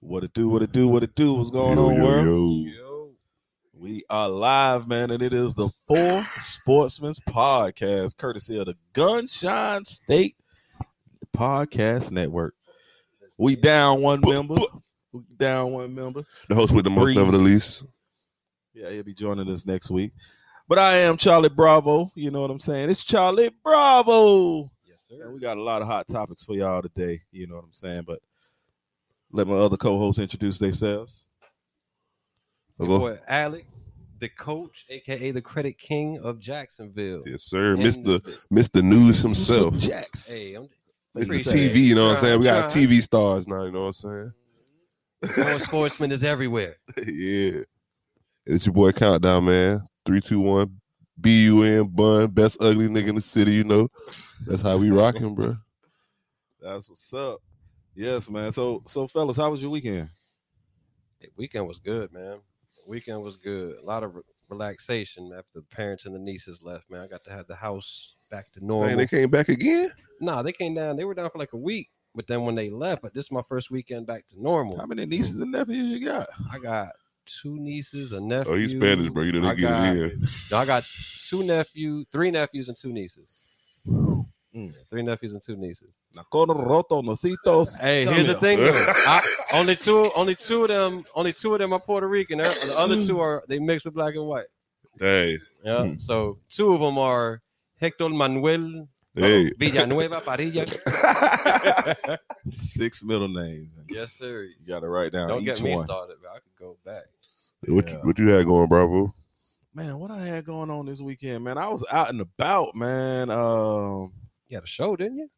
What it do, what it do, what it do, what's going on, world? We are live, man, and it is the Four Sportsmen's Podcast, courtesy of the Gunshine State Podcast Network. We down one member. We down one member. The host with the most, Breeze. never the least. Yeah, he'll be joining us next week. But I am Charlie Bravo. You know what I'm saying? It's Charlie Bravo. Yes, And sir. we got a lot of hot topics for y'all today. You know what I'm saying? But let my other co-hosts introduce themselves. Your boy Alex, the coach, aka the credit king of Jacksonville. Yes, sir. And- Mister Mister News himself. Mr. Jax. Hey, I'm Mister Appreciate TV. it. You know what I'm saying? We got Try, try. TV stars now. You know what I'm Four sportsman is everywhere. saying? yeah. And it's your boy Countdown, man. Three, two, one. B U N Bun, best ugly nigga in the city. You know, that's how we rocking, bro. That's what's up. Yes, man. So, so fellas, how was your weekend? Hey, weekend was good, man. Weekend was good. A lot of re- relaxation after the parents and the nieces left, man. I got to have the house back to normal. Dang, they came back again. nah, they came down. They were down for like a week. But then when they left, but this is my first weekend back to normal. How many nieces and nephews you got? I got two nieces, a nephew. Oh, he's Spanish, bro. You know I they get got- it in. No, I got two nephew, three nephews, and two nieces. Mm, Three nephews and two nieces. Nakono roto nositos. Hey, Come here's here. the thing though. I, only two, only two of them, only two of them are Puerto Rican. The the other Mm. two are they mixed with black and white. Hey, Yeah. So two of them are Hector Manuel hey. Villanueva Parilla. Six middle names. yes, sir. You got to write down Don't each get me one. started. Bro. I could go back. What, you, Yeah. what you had going, Bravo? Man, what I had going on this weekend, man. I was out and about, man. Um, You had a show, didn't you?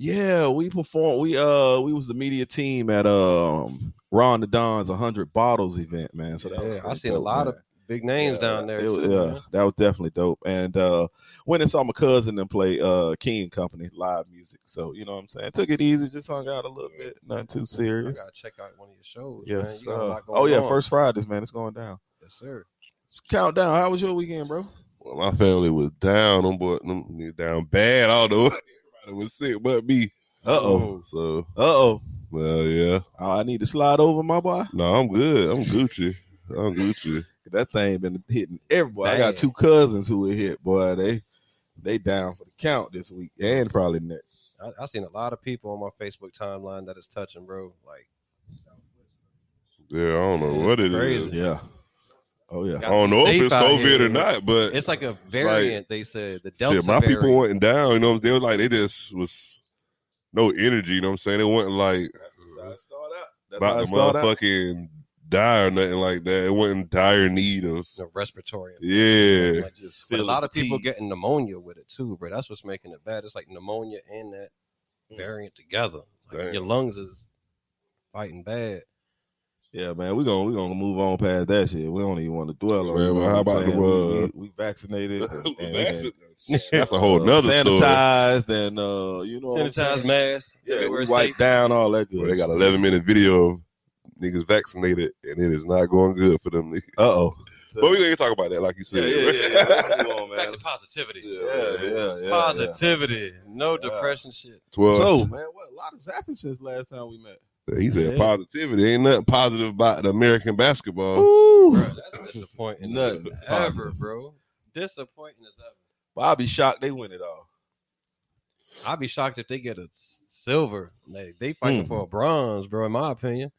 yeah, we performed. We uh, we was the media team at um Ron the Don's 100 Bottles event, man. So that was Yeah, I pretty seen a dope, lot man. of Big names Yeah, down there. it was- too, yeah, man. that was definitely dope. And uh went and saw my cousin and play uh King Company live music. So you know what I'm saying? Took it easy, just hung out a little bit, nothing too I serious. gotta check out one of your shows. Yes. man. You got a uh, lot oh yeah, going on. first Fridays, man. It's going down. Yes, sir. Let's count down. How was your weekend, bro? Well, my family was down. Them boy, them niggas down bad. I don't know. Everybody was sick, but me. Uh oh. So, Uh oh. well, yeah. I need to slide over, my boy. No, I'm good. I'm Gucci. I'm Gucci. That thing been hitting everybody. I got Bad. two cousins who were hit, boy. They they down for the count this week and probably next. I, I seen a lot of people on my Facebook timeline that is touching, bro. Like, Yeah, I don't know It's what it is. crazy. Yeah. Oh yeah. I don't know if Safe it's out COVID here, or man. not, but it's like a variant. they said the Delta shit, my variant. people wasn't down. You know, they were like, they just was no energy. You know what I'm saying? They wasn't like That's how it start out. That's how about it to start out. motherfucking die or nothing like that. It wasn't dire need of. the respiratory. Yeah. Like, Just but a feeling lot of people fatigue. getting pneumonia with it too, bro. That's what's making it bad. It's like pneumonia and that Mm. variant together. Like, Damn. your lungs is fighting bad. Yeah, man, we're gonna we gonna move on past that shit. We don't even want to dwell on Man, it. you but know how what I'm about the, saying? uh, we, we vaccinated and, and- and, That's a whole uh, nother story. sanitized and uh you know what I'm Sanitize saying? masks. Yeah, everywhere we is wiped safe. down all that good. Well, they got 11 minute video of niggas vaccinated, and it is not going good for them. niggas. Uh oh. But we ain't talk about that, like you yeah, said. yeah, yeah, yeah. Let's move on, Back man. to positivity. Yeah, yeah, yeah, yeah. Positivity. No Yeah. depression shit. So Twelve. man, what a lot has happened since last time we met. he said Yeah. positivity. Ain't nothing positive about the American basketball. Ooh. Bro, that's disappointing. Nothing as Ever, positive. bro. Disappointing as ever. Bobby shocked they win it all. I'd be shocked if they get a s- silver. They, they fighting Mm. for a bronze, bro. In my opinion,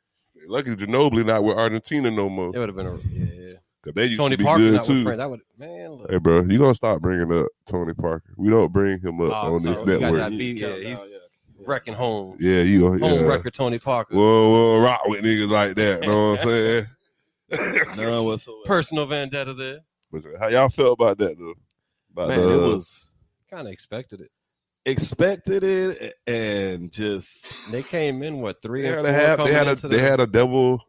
Lucky Ginobili not with Argentina no more. it would have been a yeah. Cause they yeah. used Tony to be Parker good not with too. friend. That would man. Look, Hey, bro, you gonna stop bringing up Tony Parker? We don't bring him up Oh, on this sorry. We got network. that- beat, yeah, he's- wrecking home, Yeah, you gonna home yeah. record. Tony Parker, We'll, we'll rock with niggas like that. You know what I'm saying? None whatsoever. personal vendetta. There, But how y'all felt about that though? About man, the- it was kind of expected it. expected it and just They came in what three They had and four a half, they coming had a into they the- had a double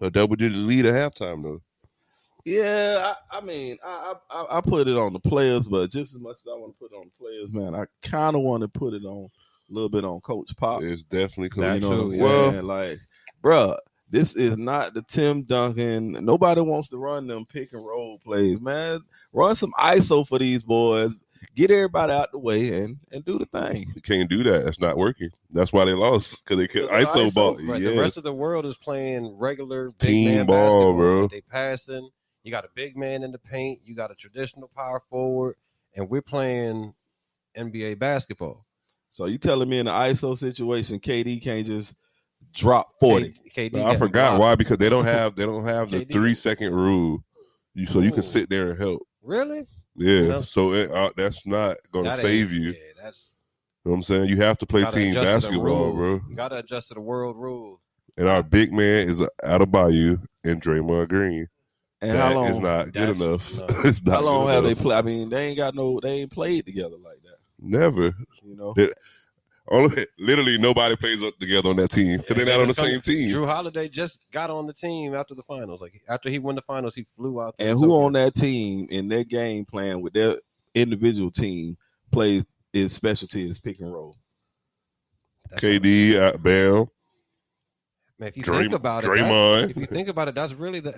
a double digit lead at halftime though. Yeah, I, I mean, I, I I- I put it on the players, but just as much as I want to put it on the players, man, I kind of want to put it on a little bit on Coach Pop. It's definitely cool. That you know what I'm too, saying? yeah. Like, bruh, this is not the Tim Duncan. Nobody wants to run them pick and roll plays, man. Run some ISO for these boys. get everybody out the way and and do the thing. You can't do that. That's not working. That's why they lost because they could Because of ISO, ISO, ball. Right, Yes. The rest of the world is playing regular big Team man ball, basketball. bro. They passing. You got a big man in the paint. You got a traditional power forward, and we're playing NBA basketball. So you telling me in the ISO situation, KD can't just drop forty? K- KD But I got forgot rocked. why because they don't have they don't have the KD. three second rule, you, so you Ooh. can sit there and help. Really? Yeah, No. so it, uh, that's not going to That save ain't- you. You Yeah, that's know what I'm saying? You have to play gotta team adjust to the basketball, rule. bro. Gotta adjust to the world rule. And our big man is uh, out of Bayou and Draymond Green. And That how long? is not good That's- enough. no. it's not how long good have they enough. played? I mean, they ain't got no. They ain't played together like that. Never. You know. Only, literally, nobody plays up together on that team because they're Yeah, not on the it's same coming. team. Drew Holiday just got on the team after the finals. Like after he won the finals, he flew out. And who on that team in their game plan with their individual team plays his specialty is pick and roll. KD, uh, Bam, Man, if you Draymond, think about it, that- if you Draymond. think about it, that's really the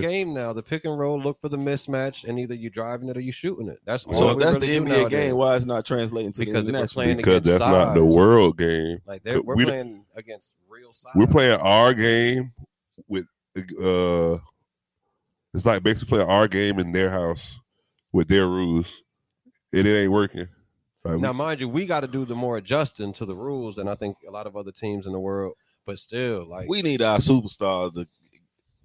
Yeah. game now. The pick and roll, look for the mismatch, and either you driving it or you shooting it. That's all So Well, if we that's the really do NBA nowadays. game, why it's not translating to Because the they were international? playing because that's against not the size. world game. Like they're, we're We- playing against real size. We're playing our game with uh it's like basically playing our game in their house with their rules. And it ain't working. Like, now, mind you, we got to do the more adjusting to the rules, and I think a lot of other teams in the world. But still, like We need our superstars to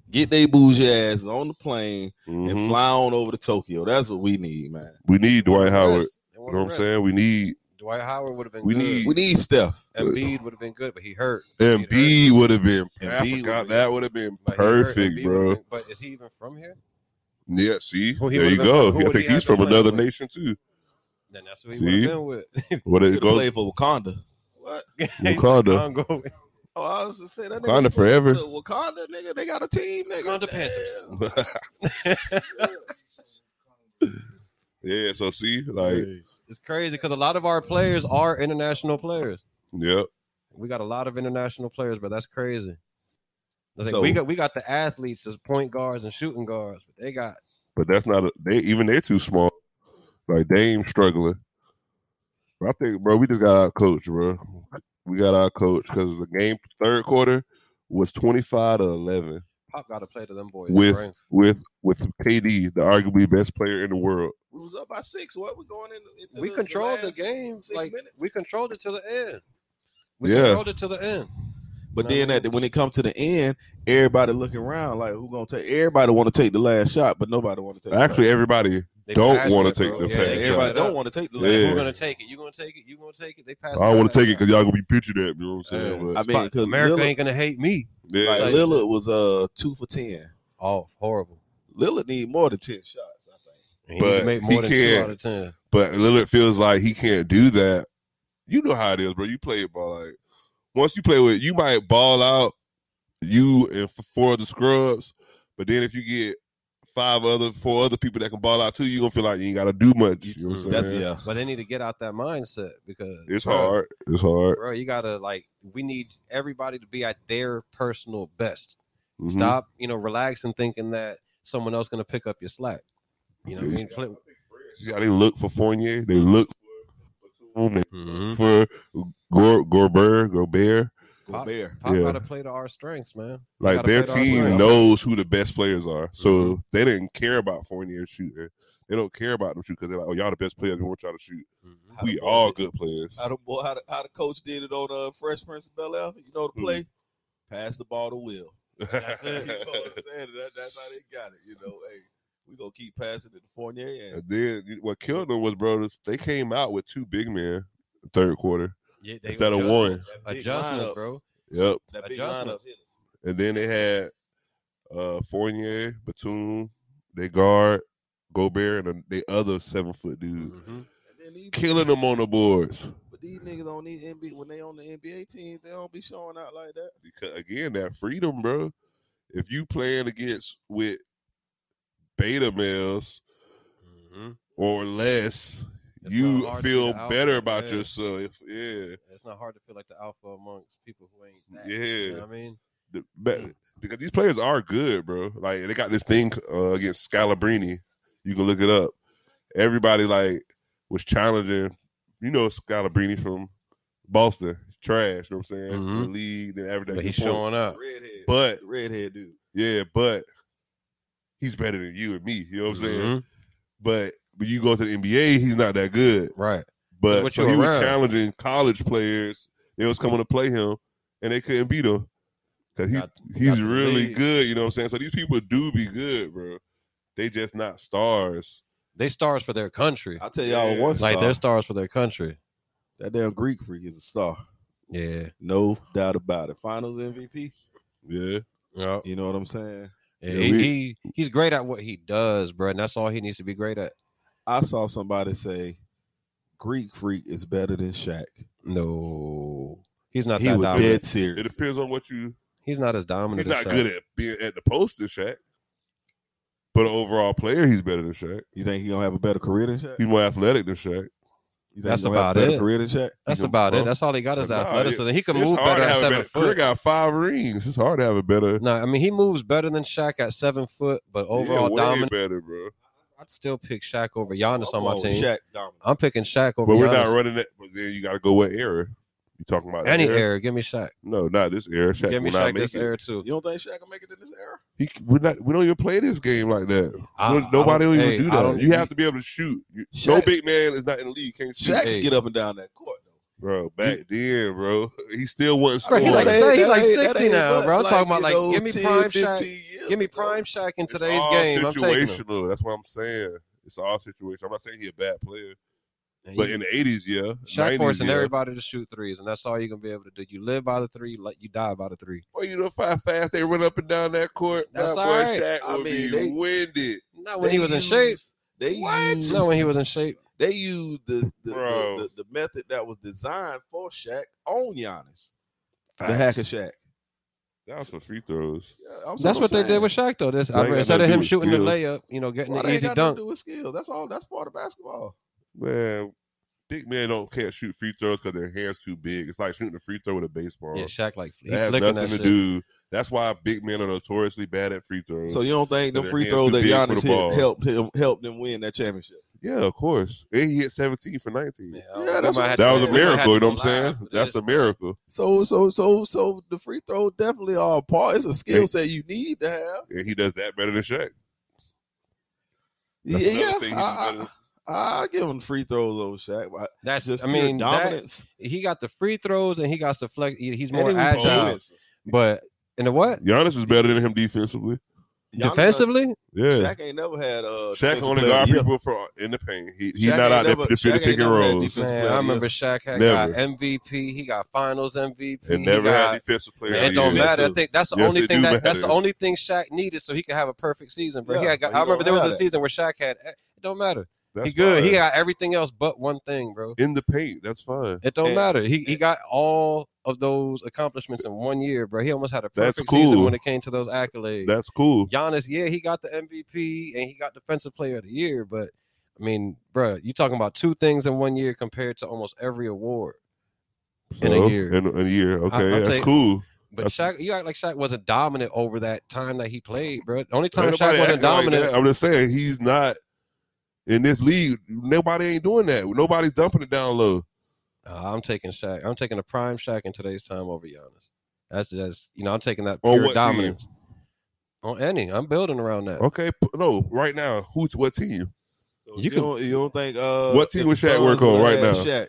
get their bougie ass on the plane mhm. and fly on over to Tokyo. That's what we need, man. we need Dwight rest. Howard. They You want know what I'm rest. saying? We need Dwight Howard would have been. We good. need- We need Steph. Embiid would have been good, but he hurt. Embiid Embiid would have been. I Embiid forgot would've- that would have been But he hurt. perfect, Embiid bro. would've been- but is he even from here? Yeah, see, Who he there you would've been- go. who I would think he he's have been from another playing with? nation too. Then that's who he would See? have been with. What Could it have goes played for Wakanda. What? Wakanda. Congo. Oh, I was just saying that. Wakanda nigga- forever. Wakanda, nigga, they got a team, nigga. Wakanda Panthers. yeah, so see, like, It's crazy because a lot of our players are international players. yep. We got a lot of international players, but that's crazy. I think So- we got we got the athletes as point guards and shooting guards, but they got But that's not a, they even they're too small. Like Dame struggling. But I think, bro, we just got our coach, bro. We got our coach because the game third quarter was twenty five to eleven Pop got to play to them boys. with right? with with KD, the arguably best player in the world. We was up by six. What we going in? into we the- controlled the, last game. six Like minutes? we controlled it to the end. We Yeah. controlled it to the end. But No. then at the, when it comes to the end, everybody looking around like who gonna take? Everybody want to take the last shot, but nobody want to take. Actually, everybody They Don't passed wanna it, take bro. the the Yeah, last shot. pass. they Yeah, gave everybody it don't up. want to take the last. Yeah. We're shot. gonna take it. You gonna take it. You gonna take it. They passed. I it don't want back. to take it because y'all gonna be pictured at. You know what I'm saying? Yeah. But I mean, because America Lillard, ain't gonna hate me. yeah, like, like- Lillard was uh two for ten. Oh, horrible. Lillard need more than ten shots. I think. And But he he made more than two can't. out of ten. but Lillard feels like he can't do that. You know how it is, bro. You play ball like once you play with you might ball out you and f- four of the scrubs, but then if you get five other four other people that can ball out too, you gonna feel like you ain't gotta do much. You know what I'm That's saying? yeah. But they need to get out that mindset because It's bro, hard. It's hard. bro. You gotta like we need everybody to be at their personal best. Mhm. Stop, you know, relaxing, thinking that someone else gonna pick up your slack. You know, what I mean, Play- Yeah, they look for Fournier. They look for Batum, Mm-hmm. they Mm-hmm. look for Gor Gorbert, Gobert. Gobert. Pop Yeah. gotta play to our strengths, man. We Like gotta their play to our team strengths. knows who the best players are, so Mm-hmm. they didn't care about Fournier shooting. They don't care about them shooting because they're like, "Oh, y'all the best players. We want y'all to shoot. Mhm. How the We boy all did- good players." How the boy, how the, how the coach did it on uh, Fresh Prince of Bel Air. You know the Mhm. play, pass the ball to Will. That's You know what I'm saying? That- that's how they got it. You know, hey, we gonna keep passing it to Fournier and and then you- what killed them was, bro, this- they came out with two big men the third quarter Yeah, they instead of adjust- one. that big Adjustments, lineup- bro. Yep. That big lineup. Adjustments. And then they had uh Fournier, Batum, they guard, Gobert, and the they other seven foot dude. Mhm. And then these- Killing them on the boards. But these niggas on these NBA when they on the NBA teams, they don't be showing out like that. because again, that freedom, bro. If you playing against with beta males Mhm. or less, It's you not hard to be feel the better alpha, about yeah. yourself. Yeah, It's not hard to feel like the alpha amongst people who ain't that. You know yeah. what I mean? The- but- because these players are good, bro. Like they got this thing uh, against Scalabrini. You can look it up. Everybody like was challenging, you know, Scalabrini from Boston. Trash, you know what I'm saying? Mhm. The league and everything. But he's Good point. showing up. Redhead. But redhead dude. yeah, but he's better than you and me. You know what I'm saying? Mhm. But when you go to the NBA, he's not that good. Right. That's But what so you he was around. challenging college players. They was coming to play him, and they couldn't beat him because he Got- got he's the really lead. good. You know what I'm saying? So these people do be good, bro. They just not stars. They stars for their country. I'll tell y'all one star. Like they're stars for their country. that damn Greek freak is a star. Yeah. No doubt about it. Finals MVP. Yeah, Yeah. You know what I'm saying? he, we- he he's great at what he does, bro, and that's all he needs to be great at. I saw somebody say Greek freak is better than Shaq. No, he's not he that was dominant. dead it serious. depends on what you. He's not as He's dominant. not as Shaq. good at being at the post than Shaq, but an overall player, he's better than Shaq. You think he gonna have a better career than Shaq? He's more athletic than Shaq. You think That's he gonna have about a better it. Career than Shaq. That's He's a about pro. it. That's all he got is Nah, that athleticism. He can it's move hard better to at have a seven better career. foot. Got five rings. It's hard to have a better No, I mean he moves better than Shaq at seven foot, but yeah, overall way dominant. better, bro. I'd still pick Shaq over Giannis I'm on my going with team. Oh, Shaq dominant. I'm picking Shaq over But we're Giannis. not running that. But then you got to go with error. You talking about Any error? error, give me Shaq. No, not this error. Shaq give me will not Shaq make this it. error too. You don't think Shaq will make it in this era? He, we're not. We don't even play this game like that. I- We- I Nobody don't- don't, hey, even do I that. don't- you have to be able to shoot. You- no Shaq- big man is not in the league. Can't shoot, Shaq Hey. can get up and down that court. bro. Back then, bro, he still wasn't Bro, Bro, scoring. he like, That say, he ain't- like that ain't- 60 that ain't now, bro. I'm but talking about you like, know, give me 10, prime Shaq. 15 years Give me ago. prime Shaq in It's today's all game. I'm taking him. situational. That's what I'm saying. It's all situational. I'm not saying he's a bad player, but in the '80s, yeah, Shaq 90s, forcing yeah. everybody to shoot threes, and that's all you're gonna be able to do. You live by the three, like you die by the three. Boy, you know how fast they run up and down that court. that That's boy all right. Shaq I would mean, be they- winded. Not when They he was in used- shape. They used Not when he was in shape. they used the the, Bro. the, the the method that was designed for Shaq on Giannis, the Facts. hack of Shaq. That was for free throws. Yeah, I'm- That's I'm what they did saying. with Shaq though. This They ain't I got instead nothing of to do him with shooting the skills. layup, you know, getting Well, the they ain't easy got nothing dunk. to do with skills. That's all. That's part of basketball. Man, big men don't can't shoot free throws because their hands too big. It's like shooting a free throw with a baseball. Yeah, Shaq like he's that has flicking nothing that to shit. do. That's why big men are notoriously bad at free throws. So you don't think the Their free hands throws too that big for Giannis the hit ball. helped him helped them win that championship? yeah, of course. And he hit 17 for 19. Yeah, Yeah, we that's might what- have to- That was Yeah, a we might have miracle. You to know what I'm go saying? live for That's this. a miracle. So so so so the free throw definitely are a part. It's a skill set you need to have. And he does that better than Shaq. That's another Yeah, thing he I, does I, I give him free throws over Shaq. but That's Just I mean, pure that, dominance. he got the free throws and he got the flex. he- He's And more he was agile, defensive. but in the what Giannis was better than him defensively. Giannis- defensively? Yeah. Shaq ain't never had a Shaq, only guard people for in the paint. He, he's Shaq ain't not out there never- to Shaq fit the ain't pick and never had rolls. defense. Man, Defensive player of the I remember Shaq had Never. got MVP. He got Finals MVP. And he never got, had defensive player. Man, of the it don't year. matter. I too. think that's the Yes, only it thing do that that's the matter. only thing Shaq needed so he could have a perfect season. But he Yeah, had got, but I you remember don't there was have a that. season where Shaq had eh, it don't matter. That's he good. He fine. got everything else but one thing, bro. in the paint. That's fine. It don't And- matter. He he and- got all of those accomplishments in one year, bro. He almost had a That's perfect season cool. when it came to those accolades. That's cool. Giannis, yeah, he got the MVP and he got Defensive Player of the Year, but I mean, bro, you talking about two things in one year compared to almost every award. in a So, year. In, in a year. Okay, I'll that's take- cool. But That's- Shaq, you act like Shaq wasn't dominant over that time that he played, bro. The only time Ain't Shaq nobody wasn't acting like dominant, that. I'm just saying he's not in this league. Nobody ain't doing that. Nobody's dumping it down low. Uh, I'm taking Shaq. I'm taking a prime Shaq in today's time over Giannis. That's just you know I'm taking that On pure what team? dominance on any. I'm building around that. Okay, p- no, right now, who's what team? So You you, can- don't, you don't think uh, What team if would the Shaq Suns work on would've right had now? Shaq,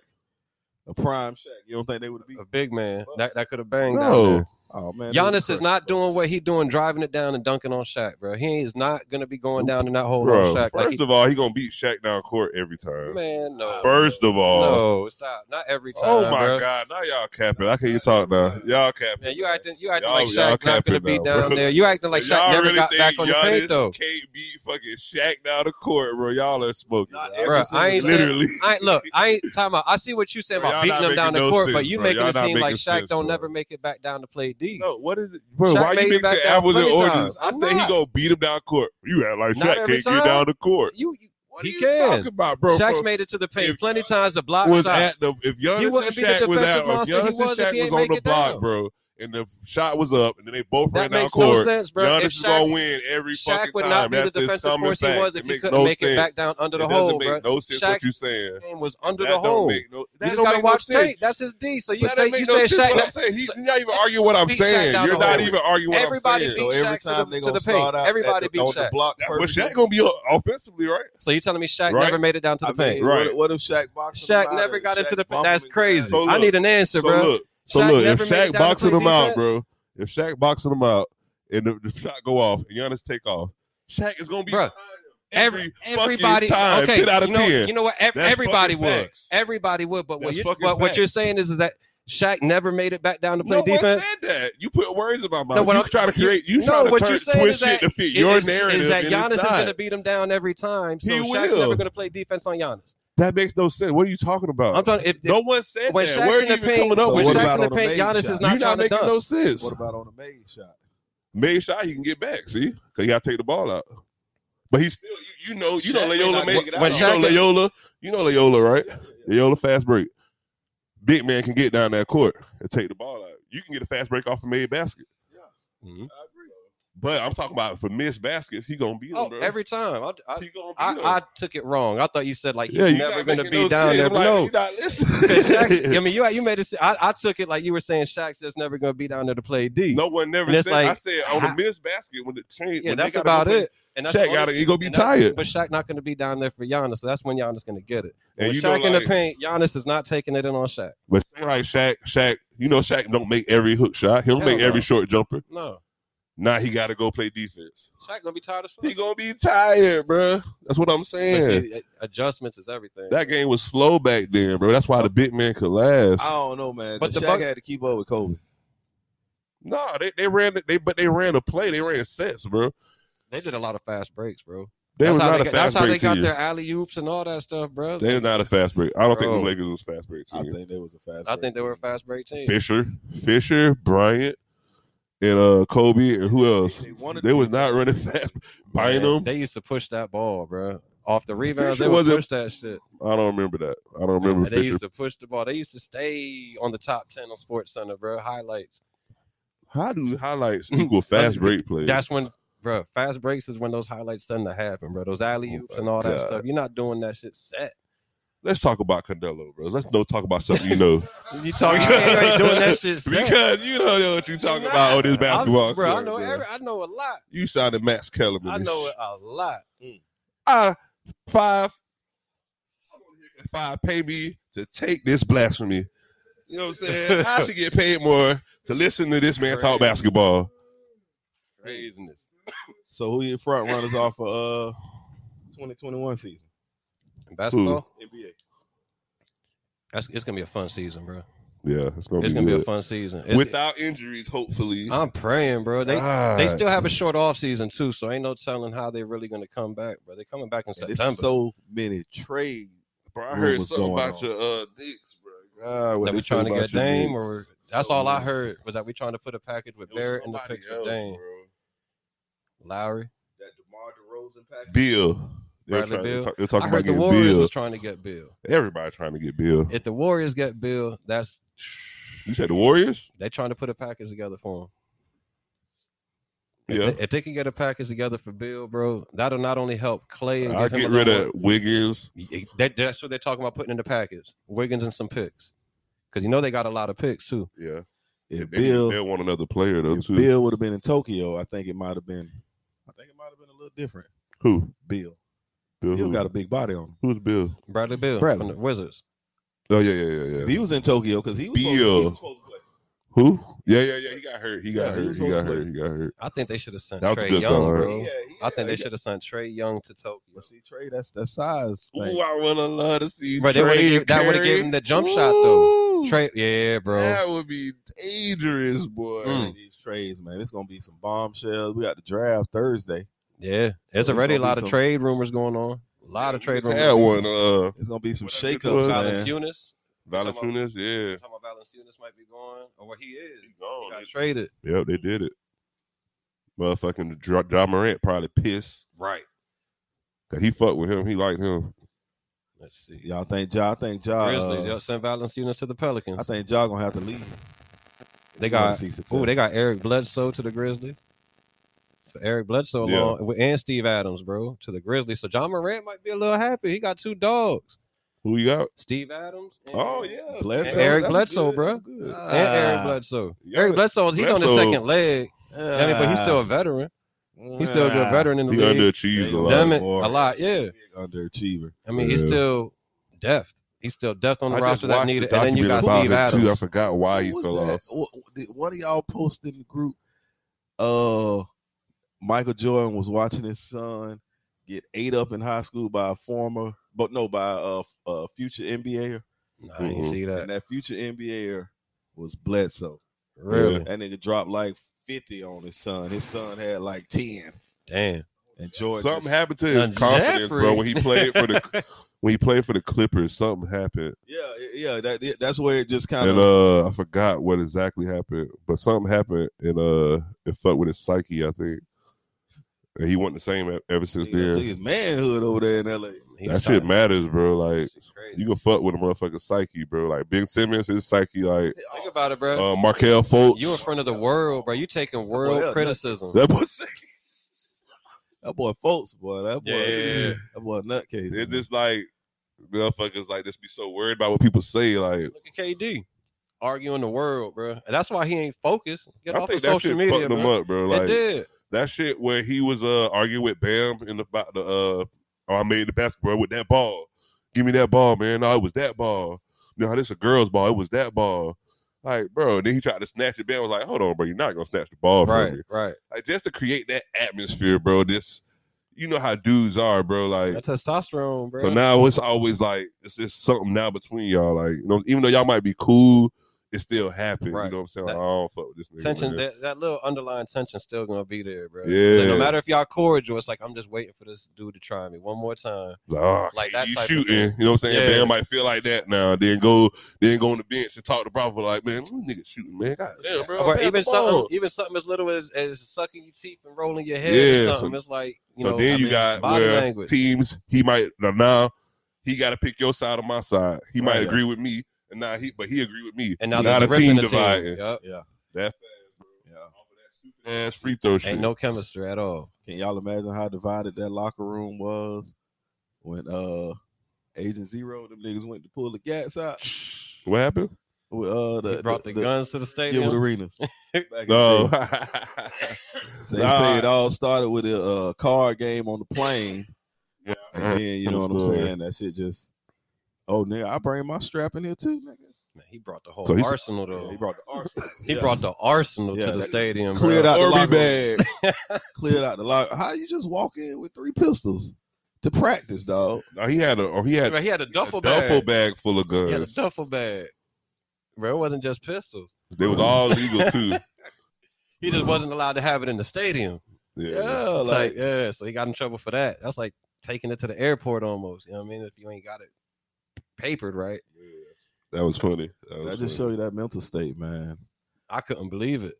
a prime Shaq. You don't think they would be? A big man Bucks. that, that could have banged. No, Oh man, they would've Giannis is crushed not the doing Bucks. what he doing, driving it down and dunking on Shaq, bro. He is not gonna be going down in that hole bro. on Shaq. First Like he, of all, he gonna beat Shaq down court every time. man, no, First of all, no, stop, not every time. oh my bro. god, now y'all capping. I can't even talk now. Y'all capping. Man, you acting, you acting Y'all- y'all like Shaq not gonna capping be now, down bro. there. You acting like If Shaq y'all never really got think back on the Giannis paint though. Can't beat fucking Shaq down the court, bro. Y'all are smoking. Not bro. every Bruh, I single ain't time. saying- Literally, I ain't look. I ain't talking about. I see what you saying Bro, about y'all not beating them down making the no court, sense, but you bro. making Y'all it not seem like making Shaq sense, don't bro. never make it back down to play D. No, what is it, bro? Shaq why made it you mixing back down apples and plenty oranges? I times. I'm say not. he gonna beat him down court. You act like Not Shaq every can't time. get down the court. You, you What he are you can. talking about, bro? Shaq's Bro, made it to the paint if plenty times to block was shots. at the if Giannis wouldn't and be the Shaq was defensive out, if monster he Giannis and was if he Shaq ain't was on make the it block, down. bro, and the shot was up, and then they both That ran down makes no court. sense, bro. Giannis If is Shaq- gonna win every Shaq fucking would time. not be the That's just defensive common force he sense. was if it he makes couldn't no make sense. it back down under the it doesn't hole, make bro. no sense Shaq's what you saying. game was under that the don't hole. You make no. That just don't gotta make no watch sense. tape. That's his D. So you That say don't you make say no sense. Shaq. What I'm that- saying, he, so- you're not even arguing what I'm Beat Shaq saying. down You're the not hole. even arguing what Everybody I'm beat saying. So every Shaq to the- time they to gonna the paint. start out at Everybody the, beat on the Shaq. block. That- but perfectly. Shaq gonna be o- offensively, right? So you telling me Shaq Right? never made it down to the I mean, paint? Right. What, what if Shaq boxed him Shaq out never and got into Shaq the paint. bumped That's him in the crazy. alley? So I look. need an answer, So bro. look, so Shaq look, never if made it Shaq down to boxing play him out, defense. bro, if Shaq boxing him out and the, the shot go off and Giannis take off, Shaq is gonna be Bruh, every, everybody, fucking time, okay, ten out of you know, ten. You know what? Ev- That's everybody fucking would. facts. Everybody would. But what, That's you, fucking what, what you're facts. saying is, is that Shaq never made it back down to play no one defense. said that. You put words in my mouth. No, what you I'm- try to you- create. You no, try to what turn, you're saying twist is shit that to fit It your is- narrative. is that and it's Giannis is not. going to beat him down every time. So He Shaq's will. never going to play defense on Giannis. That makes no sense. What are you talking about? I'm trying. If, if, no one said when that. Shaq's Where are in you the even paint- coming up So with when what that? Shaq's about in the on the paint, main Giannis shot? is You're not You're trying not to making dunk. no sense. What about on the made shot? Made shot, he can get back. See, because he got to take the ball out. But he's still, you, you know, you know, Shaq may Layola not made. take it out. When you know Shaq- Layola, you know Layola, right? Layola fast break. Big man can get down that court and take the ball out. You can get a fast break off a made basket. I agree. But I'm talking about for missed baskets, he gonna beat him, Oh, bro. every time. I, I, he gonna beat I, him. I took it wrong. I thought you said like he's yeah, you never not going to making be no down sense. there. I'm like, no. you not Shaq, I listening. mean, you you made it. I, I took it like you were saying Shaq's just never going to be down there to play D. no one never And it's said. like, I said on how- a missed basket when the change. yeah, when they that's gotta about go play- it. And that's the Shaq only- got he gonna be and that- tired. But Shaq not going to be down there for Giannis, so that's when Giannis going to get it. And when you know, Shaq in the like- paint, Giannis is not taking it in on Shaq. But Shaq, like Shaq, Shaq, you know Shaq don't make every hook shot. He don't Hell make every no. short jumper. No, Now he got to go play defense. Shaq going to be tired as fuck. He gonna be tired, bruh. That's what I'm But saying. see, adjustments is everything. that game was slow back then, bro. That's why the big man could last. I don't know, man. But But the Shaq Buc- had to keep up with Kobe. No, they, they ran it- they but they ran a play. They ran sets, bro. they did a lot of fast breaks, bro. They that's was how not they a got, fast that's how they break got team. their alley oops and all that stuff, bro. They was not a fast break. I don't Bro. think the Lakers was fast break I team. think they was a fast. I break. think they were a fast break team. Fisher, Fisher, Bryant, and uh Kobe, and who else? They wanted They to was be not fast. running fast. Man, Bynum, They used to push that ball, bro. Off the rebounds, Fisher they would wasn't- push that shit. I don't remember that. I don't And remember they Fisher. used to push the ball. They used to stay on the top ten on Sports Center, bro. Highlights. How do highlights equal fast break plays? Mm. That's when, bro. Fast breaks is when those highlights tend to happen, bro. Those alley Oh oops my and all that God. stuff. You're not doing that shit set. Let's talk about Candelo, bro. Let's no talk about something you know You talking? you ain't doing that shit set. because you don't know what you're talking Nah, about on this basketball. I'm- bro. I court, know. bro. Every, I know a lot. You sounded Max Kellerman. I know a lot. I five five pay me to take this blasphemy. You know what I'm saying? I should get paid more to listen to this man talk Crazy. basketball. Craziness. So who your front runners are for uh 2021 season? And basketball. NBA. That's, it's gonna be a fun season, bro. Yeah, it's gonna It's be gonna be a Oh, good. fun season. It's- Without injuries, hopefully. I'm praying, bro. They God. They still have a short off season too, so ain't no telling how they're really gonna come back, bro. They're coming back in And September. it's so many trades. Bro, I heard rumors something going about on. your uh dicks, bro. God, Ah, what that they we trying say to about get your Dame, dicks. or that's So, all I it heard was that we trying to put a package with was Barrett and the somebody picks with else, Dame, bro. Lowry. That DeMar DeRozan package. Bill. They're Bradley trying, Beal. They're, talk, I they're heard the talking about Warriors getting Bill. was trying to get Bill. Everybody trying to get Bill. If the Warriors get Bill, that's You said the Warriors? they trying to put a package together for him. If, Yeah. they, if they can get a package together for Bill, bro, that'll not only help Clay. And I give get him rid another- of Wiggins. That, that's what they're talking about putting in the package. Wiggins and some picks, because you know they got a lot of picks too. Yeah. If They, Bill, they want another player though if too. Bill would have been in Tokyo, I think it might have been. I think it might have been a little different. Who? Bill. Bill Bill. Who? got a big body on him. Who's Bill? Bradley Bill Bradley. from the Wizards. Oh yeah, yeah, yeah, yeah. If he was in Tokyo because he was Bill. supposed to- he was supposed to play. Who? Yeah, yeah, yeah. He got hurt. He got Yeah, he hurt. was He, got supposed to hurt. He got hurt. I think they should have sent That was a Trey good Young, call, right? bro. Yeah, he- I think yeah, they he- should have sent Trey Young to Tokyo. But see, Trey, that's that's size. thing. Ooh, I would have loved to see Bro, they would've Trey gave- that would've Curry. gave him the jump shot, though. Ooh, Trey, yeah, bro. That would be dangerous, boy. I Mm. think These trades, man, it's gonna be some bombshells. We got the draft Thursday. Yeah, So it's there's already gonna be a lot of some- trade rumors going on. A lot of trade We rumors. Had one. Uh, It's gonna be some What that shit shakeups, was? man. Valanciunas. Valanciunas. Yeah. Oh, Talking about Valanciunas might be going, or where he is. He He gone. got traded. Yep, they did it. Motherfucking John Morant probably pissed. Right. Cause he fucked with him. He liked him. Let's see. Y'all think Ja? I think Ja. Grizzlies. Uh, Y'all sent Valanciunas to the Pelicans. I think Ja gonna have to leave. They wanna got see success. oh, they got Eric Bledsoe to the Grizzlies. So Eric Bledsoe Yeah. along and Steve Adams, bro, to the Grizzlies. So John Morant might be a little happy. He got two dogs, Who you got? Steve Adams. and- Oh yeah, Bledsoe. That's Eric good. Bledsoe, That's bruh. good. Ah. and Eric Bledsoe. Yeah, Eric Bledsoe, he's on the Bledsoe- Uh, second leg. I mean, but he's still a veteran. He's still a ah. good veteran in the He league. underachieved a Damn lot. Damn it, Boy. a lot, yeah. underachiever. I mean, he's Yeah. still depth. He's still depth on the I just roster that watched needed. the And then you got documentary Steve about him, too. I Adams. forgot why he Who was fell that? off. What, did one of y'all posted in the group? Uh, Michael Jordan was watching his son get ate up in high school by a former, but no, by a, a future NBAer, Nah, I didn't Mhm. see and that. that future NBAer er was Bledsoe. Really? That nigga dropped like fifty on his son. His son had like ten, Damn. and Jordan. Something just- happened to his Now, confidence, bro. Jeffrey- When he played for the when he played for the Clippers, something happened, Yeah, yeah. That, that's where it just kind and of. uh, I forgot what exactly happened, but something happened, and uh, it fucked with his psyche, I think. And he wasn't the same e- ever since Nigga, took then. his manhood over there in LA. He That was shit tired. matters, bro. Like Shit's crazy. you can fuck with a motherfucker's psyche, bro. Like Ben Simmons, his psyche, like Think oh, about it, bro. uh, Markel Fultz. you in front of the world, bro. You taking Well, world yeah, criticism. that pussy. That boy folks, boy. That boy, Yeah. that boy nutcase. It's just like motherfuckers like just be so worried about what people say. Like Look at KD arguing the world, bro. And that's why he ain't focused. Get I off think of that social shit media, fucked him bro. up, bro. it Like did. that shit where he was uh arguing with Bam in the about the uh oh I made the basketball with that ball. Give me that ball, man. No, it was that ball. No, this a girl's ball. It was that ball. Like, bro. Then he tried to snatch it. Bam was like, "Hold on, bro. You're not gonna snatch the ball Right, from me." right. Like, just to create that atmosphere, bro. This, you know how dudes are, bro. Like, That testosterone, bro. So now it's always like it's just something now between y'all. Like, you know, even though y'all might be cool, it still happened. You Right. know what I'm saying? That- Like, I don't fuck with this nigga. tension, man. that, that little underlying tension still gonna be there, bro. Yeah. Like, no matter if y'all cordial, it's like I'm just waiting for this dude to try me one more time. Like, oh, like that that you type of shooting. thing. You know what I'm saying? Yeah. Bam might feel like that now. Then go, then go on the bench and talk to Bravo like, man, this nigga shooting, man. God damn, bro. or pass even the ball." something, even something as little as, as sucking your teeth and rolling your head Yeah, or something. so- it's like you so know. then I you mean, got body where language. teams he might now, now he got to pick your side or my side. He might Right. agree with me, and now he but he agree with me. and now not there's a ripping team the dividing. Yup. That Yeah. ass free throw shit. Ain't no chemistry at all. Can y'all imagine how divided that locker room was when uh Agent Zero, them niggas went to pull the gats out what happened? with uh the he brought the, guns to Gilbert the stadium. arenas. Back in No. the day. they Nah. say it all started with a uh, card game on the plane, Yeah. and then you know what I'm Understood. saying. That shit just. Oh nigga, I bring my strap in here too, nigga. Man, he brought the whole So he's- arsenal though. Yeah, he he brought, brought the arsenal. Yeah. the arsenal Yeah, to the that- stadium. cleared bro. out the Orby locker bag. cleared out the locker. How you just walk in with three pistols to practice, dog? No, he had a or he had Bro, he had a duffel a bag. duffel bag full of He had a guns. duffel bag. Bro, it wasn't just pistols. They was all legal too. He just wasn't allowed to have it in the stadium. Yeah, Yeah. It's Oh, like, like, yeah, so he got in trouble for that. That's like taking it to the airport almost. You know what I mean? If you ain't got it papered right, That was funny. That was I just show funny. you that mental state, man. I couldn't believe it.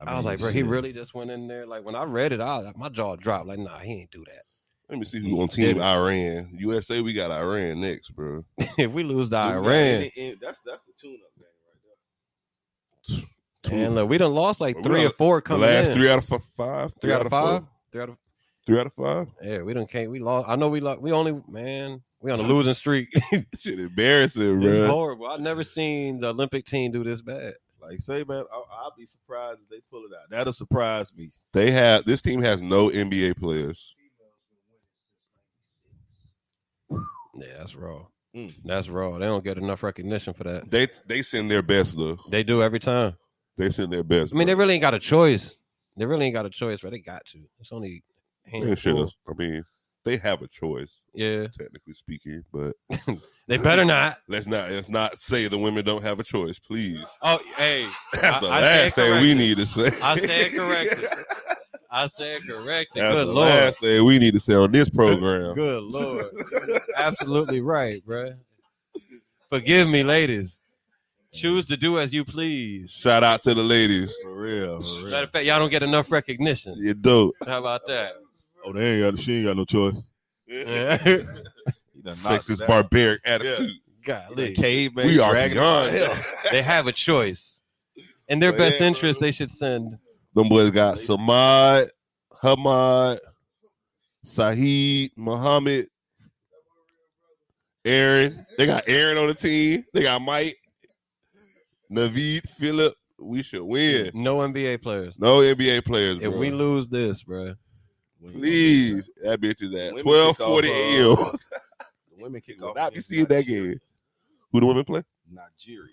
I, was mean, like, bro, he shit. really just went in there. Like when I read it, I my jaw dropped. Like, nah, he ain't do that. Let me see who on team Iran. USA, we got Iran next, bro. if we lose to Dude, Iran, and- and that's that's the tune up game right there. and look, we done lost like We three or done- four The coming last in. three out of fi- five. Three out of four? five. Three out of Three out of five. yeah, we done can't. We lost. I know we lost. We only man, we on a losing streak. Shit, embarrassing, It's bro. horrible. I've never seen the Olympic team do this bad. Like, say, man, I, I'll be surprised if they pull it out. That'll surprise me. They have this team has no NBA players. Yeah, that's raw. Mm. That's raw. They don't get enough recognition for that. They they send their best though. They do every time. They send their best. I bro. mean, they really ain't got a choice. They really ain't got a choice, right? They got to. It's only Man, shit, handful. I mean, they have a choice, Yeah, technically speaking, but they better not. let's not let's not say the women don't have a choice, please. Oh, hey, That's the I- I last stand thing we corrected. need to say. I stand corrected. I said corrected. That's Good the lord. last thing we need to say on this program. Good lord. Absolutely right, bruh. Forgive me, ladies. Choose to do as you please. Shout out to the ladies. For real, for Matter real. of fact, y'all don't get enough recognition. You dope. How about that? Oh, they ain't got. She ain't got no choice. Yeah. He done knocked it Sexist, out. barbaric attitude. Golly. Caveman. We are dragging beyond him. hell. They have a choice. In their But best Oh, yeah, interest, bro. they should send. Them boys got Samad, Hamad, Saheed, Muhammad, Aaron. They got Aaron on the team. They got Mike, Naveed, Phillip. We should win. No NBA players. No NBA players, bro. If we lose this, bro, Please, that bitch is at Women twelve forty kick off, uh, a.m. The women kick Will off. not be against seeing that game. Who the women play? Nigeria.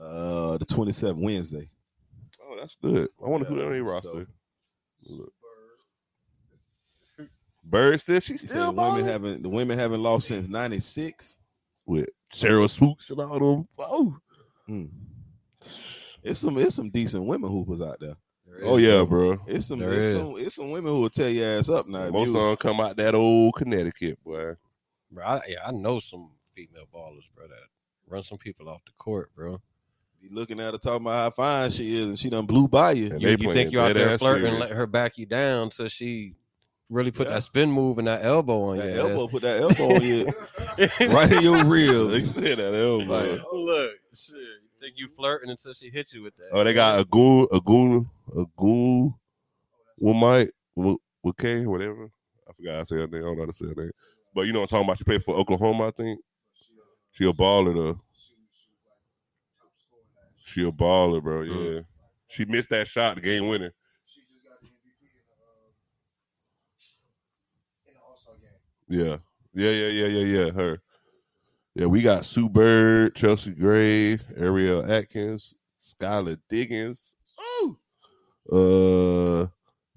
Uh, the 27th Wednesday. Oh, that's good. I wonder who Yeah, on their so- roster. Look. Bird still, she He still said the women balling? haven't the women haven't lost since '96. with Cheryl Swoops and all them. Oh, Hmm. It's some it's some decent women hoopers out there. oh yeah, bro. It's some There it's is. some, it's some women who will tear your ass up now. if Most of you- them come out that old Connecticut, boy. Bro, I, yeah, I know some female ballers, bro, that run some people off the court, bro. be looking at her talking about how fine she is, and she done blew by you. And You, they you playing think you're out there dead-ass flirting, serious. let her back you down till she really put Yeah. that spin move and that elbow on That your elbow, ass. put that elbow on you right in your They ribs. said that elbow. Like- Oh, Look, shit. You think you flirting until she hit you with that? Mm-hmm. oh, they got a goon, a goon, a goon. With Mike, with, with K, whatever. I forgot I said her name. I don't know how to say her name. But you know what I'm talking about. She played for Oklahoma, I think. She a baller though. She a baller, bro. Yeah. Mhm. She missed that shot, the game winner. Yeah. Yeah, yeah, yeah, yeah, yeah. Her. Yeah, we got Sue Bird, Chelsea Gray, Ariel Atkins, Skylar Diggins. Ooh. Uh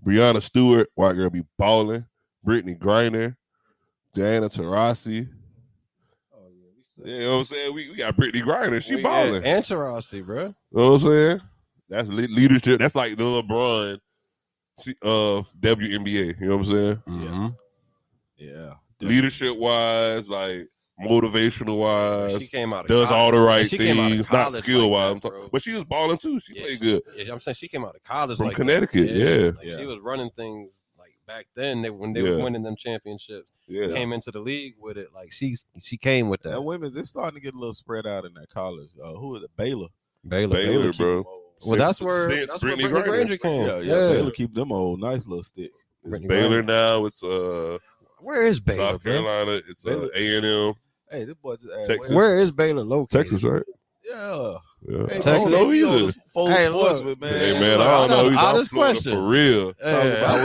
Brianna Stewart, White Girl Be Balling, Brittany Griner, Diana Taurasi. Oh, yeah, Yeah, you know what I'm saying? We, we got Brittany Griner. Oh, She balling. And Tarasi, bro. You know what I'm saying? That's le- leadership. That's like the LeBron se- of WNBA. You know what I'm saying? Yeah, Leadership wise, like motivational She wise, came out. Of Uh, does all college. the right She came out of things, not college skill like wise. that, bro. but she was balling too. She Yeah, played she- good Yeah, I'm saying she came out of college from like that. Connecticut. Yeah, Like, Yeah. She was running things like back then they, when they were Yeah. winning them championships. yeah. Came into the league with it like she's she came with that. that women's it's starting to get a little spread out in that college. Uh, who is it? Baylor. Baylor. Baylor, keep bro. them old. Well, that's where Since that's Brittany where Brittany Griner. Granger came. Yeah, yeah, Baylor keep them old. Nice little stick. It's Brittany Baylor Griner. now. It's uh Where is Baylor? South Bro? Carolina. It's uh, A Baylor. and M. Hey, this boy just asked, Texas. where- Where is Baylor located? Texas, right? Yeah. Yeah. Hey, Texas. don't know either. Hey, Hey, look. sportsman, man. Hey man, Look, I that's don't an know. I'm honest Florida question. for real. Yeah. Talking about where I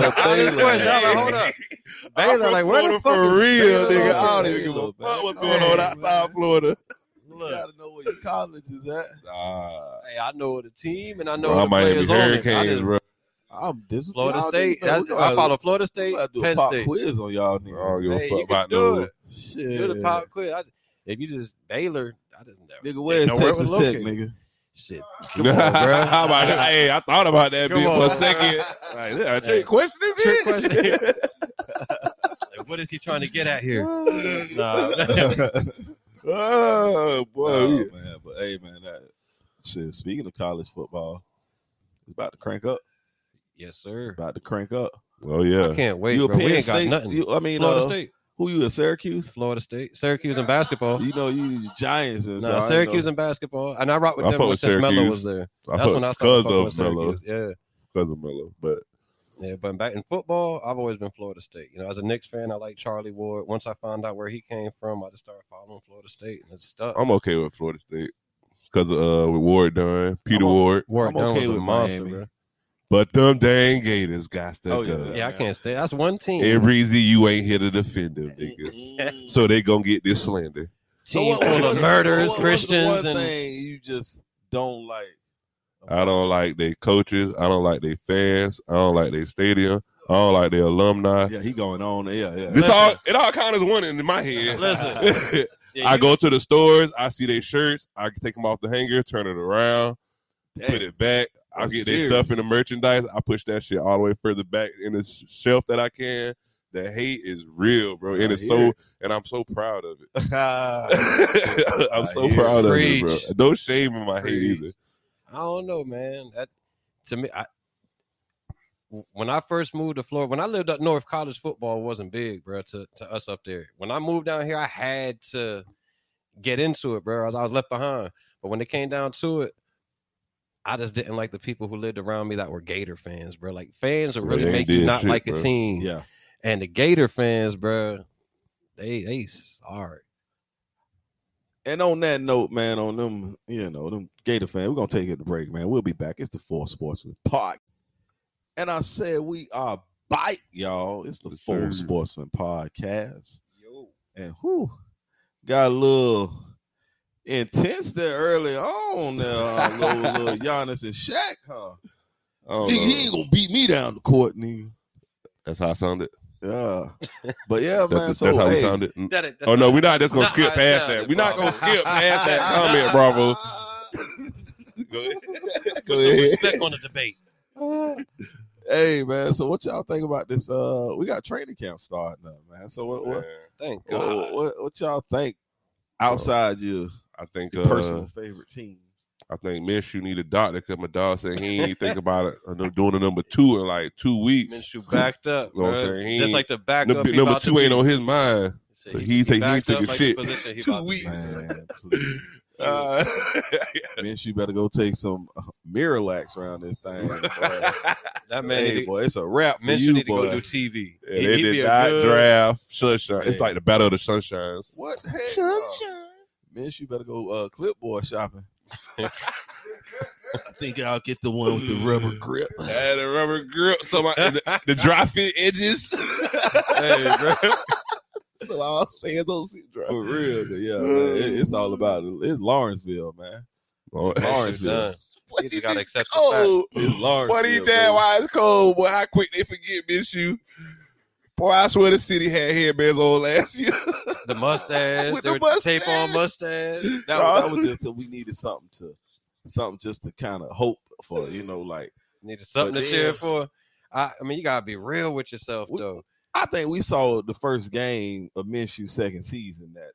was Baylor question. at. I'm like, hold up. I'm Baylor, from like, where Florida the fuck for is real, Baylor? nigga. I don't even Baylor, give a man. fuck what's going on Hey, outside man. Florida. You Look, gotta know where your college is at. Nah, hey, I know the team and I know bro, I the might players be on it. I hurricanes, just- bro. I'm this Florida y'all State. niggas, man, That's, we gonna I have- follow Florida we State, gonna have to do a Penn pop State. quiz on y'all I don't niggas. give a Hey, fuck you can about do no. it. Shit. Do the pop quiz. I, if you just Baylor, I just never. Nigga, where's Know where it was Texas Tech, located. nigga? Shit. Come on, bro. How about that? Hey, I thought about that Come bitch on, for a bro. second. Like, is that a Hey. trick question, Trick bitch? question. Like, what is he trying to get at here? Nah. oh boy, Oh, Um, we- man, but hey, man, that shit. Speaking of college football, it's about to crank up. yes, sir. About to crank up. oh yeah. Can't wait, you a bro. We Penn ain't got State? nothing. You, I mean, Florida uh, State, who you at Syracuse? Florida State, Syracuse and basketball. You know, you you Giants and Nah, so I ain't Syracuse know. and basketball, and I rock with I them fuck when with since Mello Syracuse. was there. I That's thought when I cuz started fucking with of Mello, Syracuse. Yeah, cuz of Mello, but yeah. But back in football, I've always been Florida State. You know, as a Knicks fan, I like Charlie Ward. Once I found out where he came from, I just started following Florida State, and it stuck. Oh I'm okay with Florida State because uh with Ward Dunn, Peter I'm o- Ward, Ward I'm Dunn okay was a with monster, Miami. bro. but them dang Gators got to Oh, yeah. go. Yeah, I can't stay. That's one team. Every Z, you ain't here to defend them niggas, so they gonna get this slander. team what- full what's- of what- murders, what's the Christians, one and thing you just don't like. I don't like their coaches. I don't like their fans. I don't like their stadium. I don't like their alumni. Yeah, he going on. Yeah, yeah. This Listen. all it all kind of is one in my head. Listen. Yeah, I you- go to the stores. I see their shirts. I can take them off the hanger, turn it around, put Damn. it back. I I'm get their serious. stuff in the merchandise. I push that shit all the way further back in the sh- shelf that I can. The hate is real, bro, and I it's hear so. it. And I'm so proud of it. I I'm so hear it. proud of it, bro. Preach. No shame in my hate Preach. either. I don't know, man. That to me, I when I first moved to Florida, when I lived up north, college football wasn't big, bro. To to us up there. When I moved down here, I had to get into it, bro. I was, I was left behind. But when it came down to it, I just didn't like the people who lived around me that were Gator fans, bro. Like fans will Yeah, really they make did you not shit, like a bro. team. Yeah. And the Gator fans, bro, they they sorry. And on that note, man, on them, you know, them Gator fan, we're gonna take it to break, man. We'll be back. It's the Four Sportsman Pod. And I said we are bite, y'all. It's the Yes, Four sir. Sportsman Podcast. And who got a little intense there early on there, uh, little, little Giannis and Shaq, huh? Oh, Nigga, he ain't gonna beat me down the court, nigga. That's how I sounded. Yeah. But yeah, That's, Oh, man. that's so how hey, we sounded. Mm. That, that- Oh no, we're not just gonna Not skip how I past sounded, that. We're not bro. gonna skip past that comment, Bravo. Go ahead. Go Put some ahead. respect on the debate. hey man, so what y'all think about this? Uh, we got training camp starting up, man. So what what Man, Thank God. what, what, what y'all think outside your, I think your uh, personal favorite teams? I think Minshew need a doctor because my dog said he ain't think about it uh, doing a number two in like two weeks. Minshew backed up, Know what bro. I'm saying? He Just ain't- like the backup. Number, he number about to two ain't be. on his mind. So he take- he backed took up his like the shit. position he Two about to be. weeks. Man, please. Uh, Man, you better go take some uh, Miralax around this thing. boy. That man, hey, hey, boy, it's a wrap for Minshew you, need to go boy. do TV. yeah, He- they he be did a not good- draft sunshine. It's Man. like the battle of the sunshines. What the hell? Miss, you better go uh, clipboard shopping. I think I'll get the one with the rubber grip. Had a rubber grip, so my, and the, the dry fit edges. Hey, bro. so all I'm saying those For real, but yeah, man, Mm. it- it's all about it. It's Lawrenceville, man. Lawrence Lawrenceville. Oh, done. What He did just got he- to accept the fact. Oh, It's Lawrenceville. what he did? baby. Why it's cold? Boy, how quick they forget miss you. Boy, I swear the city had headbands on last year. The mustache, With there the was tape mustache. on mustache. That, Bro. that was just that we needed something to, something just to kind of hope for, you know. Like Needed something But to cheer then- for. I, I mean, you gotta be real with yourself, We- though. I think we saw the first game of Minshew's second season that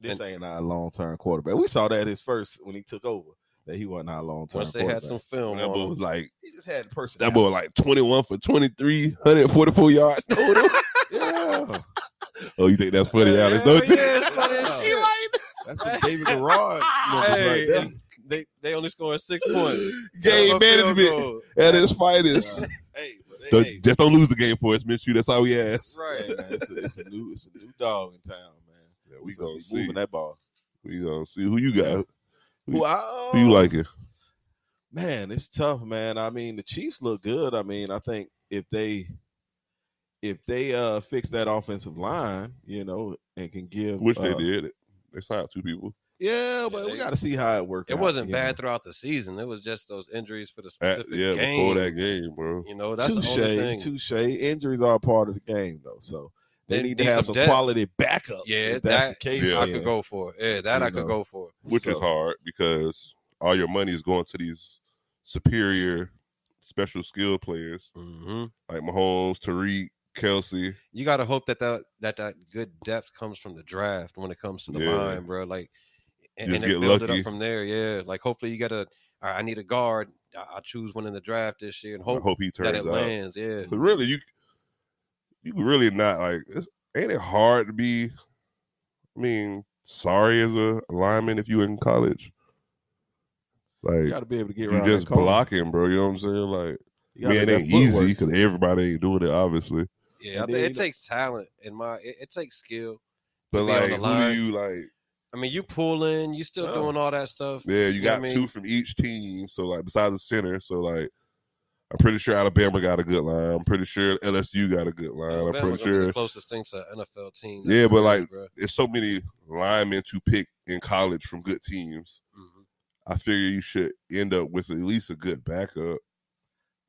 this ain't our long term quarterback. We saw that his first when he took over that he wasn't our long term Once they quarterback. had some film that boy on, was him. like he just had the that personality. boy was like twenty one for 23, 144 yards total. Yeah, oh, you think that's funny, Yeah, Alex? Don't you? yeah, it's funny as Yeah. shit. that's some David Garrard. numbers Hey, right there. and they they only scored six points. Game That was a field management goal. at its finest. Yeah. Hey, but hey, Don't- hey, Just don't lose the game for us, miss you. That's all we ask. hey, Right. man, it's, a, it's a new, it's a new dog in town, man. Yeah, we finna gonna be see. moving that ball. We gonna see who you got. Who- Who, I, Who you like it? Man, it's tough, man. I mean, the Chiefs look good. I mean, I think if they if they uh fix that offensive line, you know, and can give Wish they uh, did it. They signed two people. Yeah, but they- we got to see how it works. It wasn't bad throughout the season. It was just those injuries for the At- specific Uh, yeah, game. before that game, bro. You know, that's the only thing. Touche, touche. Injuries are a part of the game, though. So they, They need to need have some, some depth. quality backups. Yeah, if that's that- the case. Yeah. I could go for. Yeah, that You I could know. go for. Which is So, hard because all your money is going to these superior special skill players hmm like Mahomes, Tariq, Kelsey. You got to hope that, that that that good depth comes from the draft when it comes to the Yeah. line, bro. Like, and, Just and then get build it lucky. up from there. Yeah, like hopefully you got to. I I need a guard. I, I choose one in the draft this year and I hope, hope he that it turns out. lands. Yeah, But really, you you really not like. It's, ain't it hard to be? I mean, sorry as a lineman if you in college. you Like got to be able to get you around. just that corner. blocking, bro. You know what I'm saying? Like, You gotta man, it get ain't that easy footwork. because everybody ain't doing it, obviously. yeah. I And think then, it you know- takes talent in my. It, it takes skill. But be on like, the who line. do you like? I mean, you pulling, you still Yeah. doing all that stuff. Yeah, you know got what I mean? two from each team. So like, besides the center, so like, I'm pretty sure Alabama got a good line. I'm pretty sure LSU got a good line. I'm Alabama pretty gonna be the sure closest thing to an NFL team. Yeah, but, like, bro. there's so many linemen to pick in college from good teams. Mhm. I figure you should end up with at least a good backup.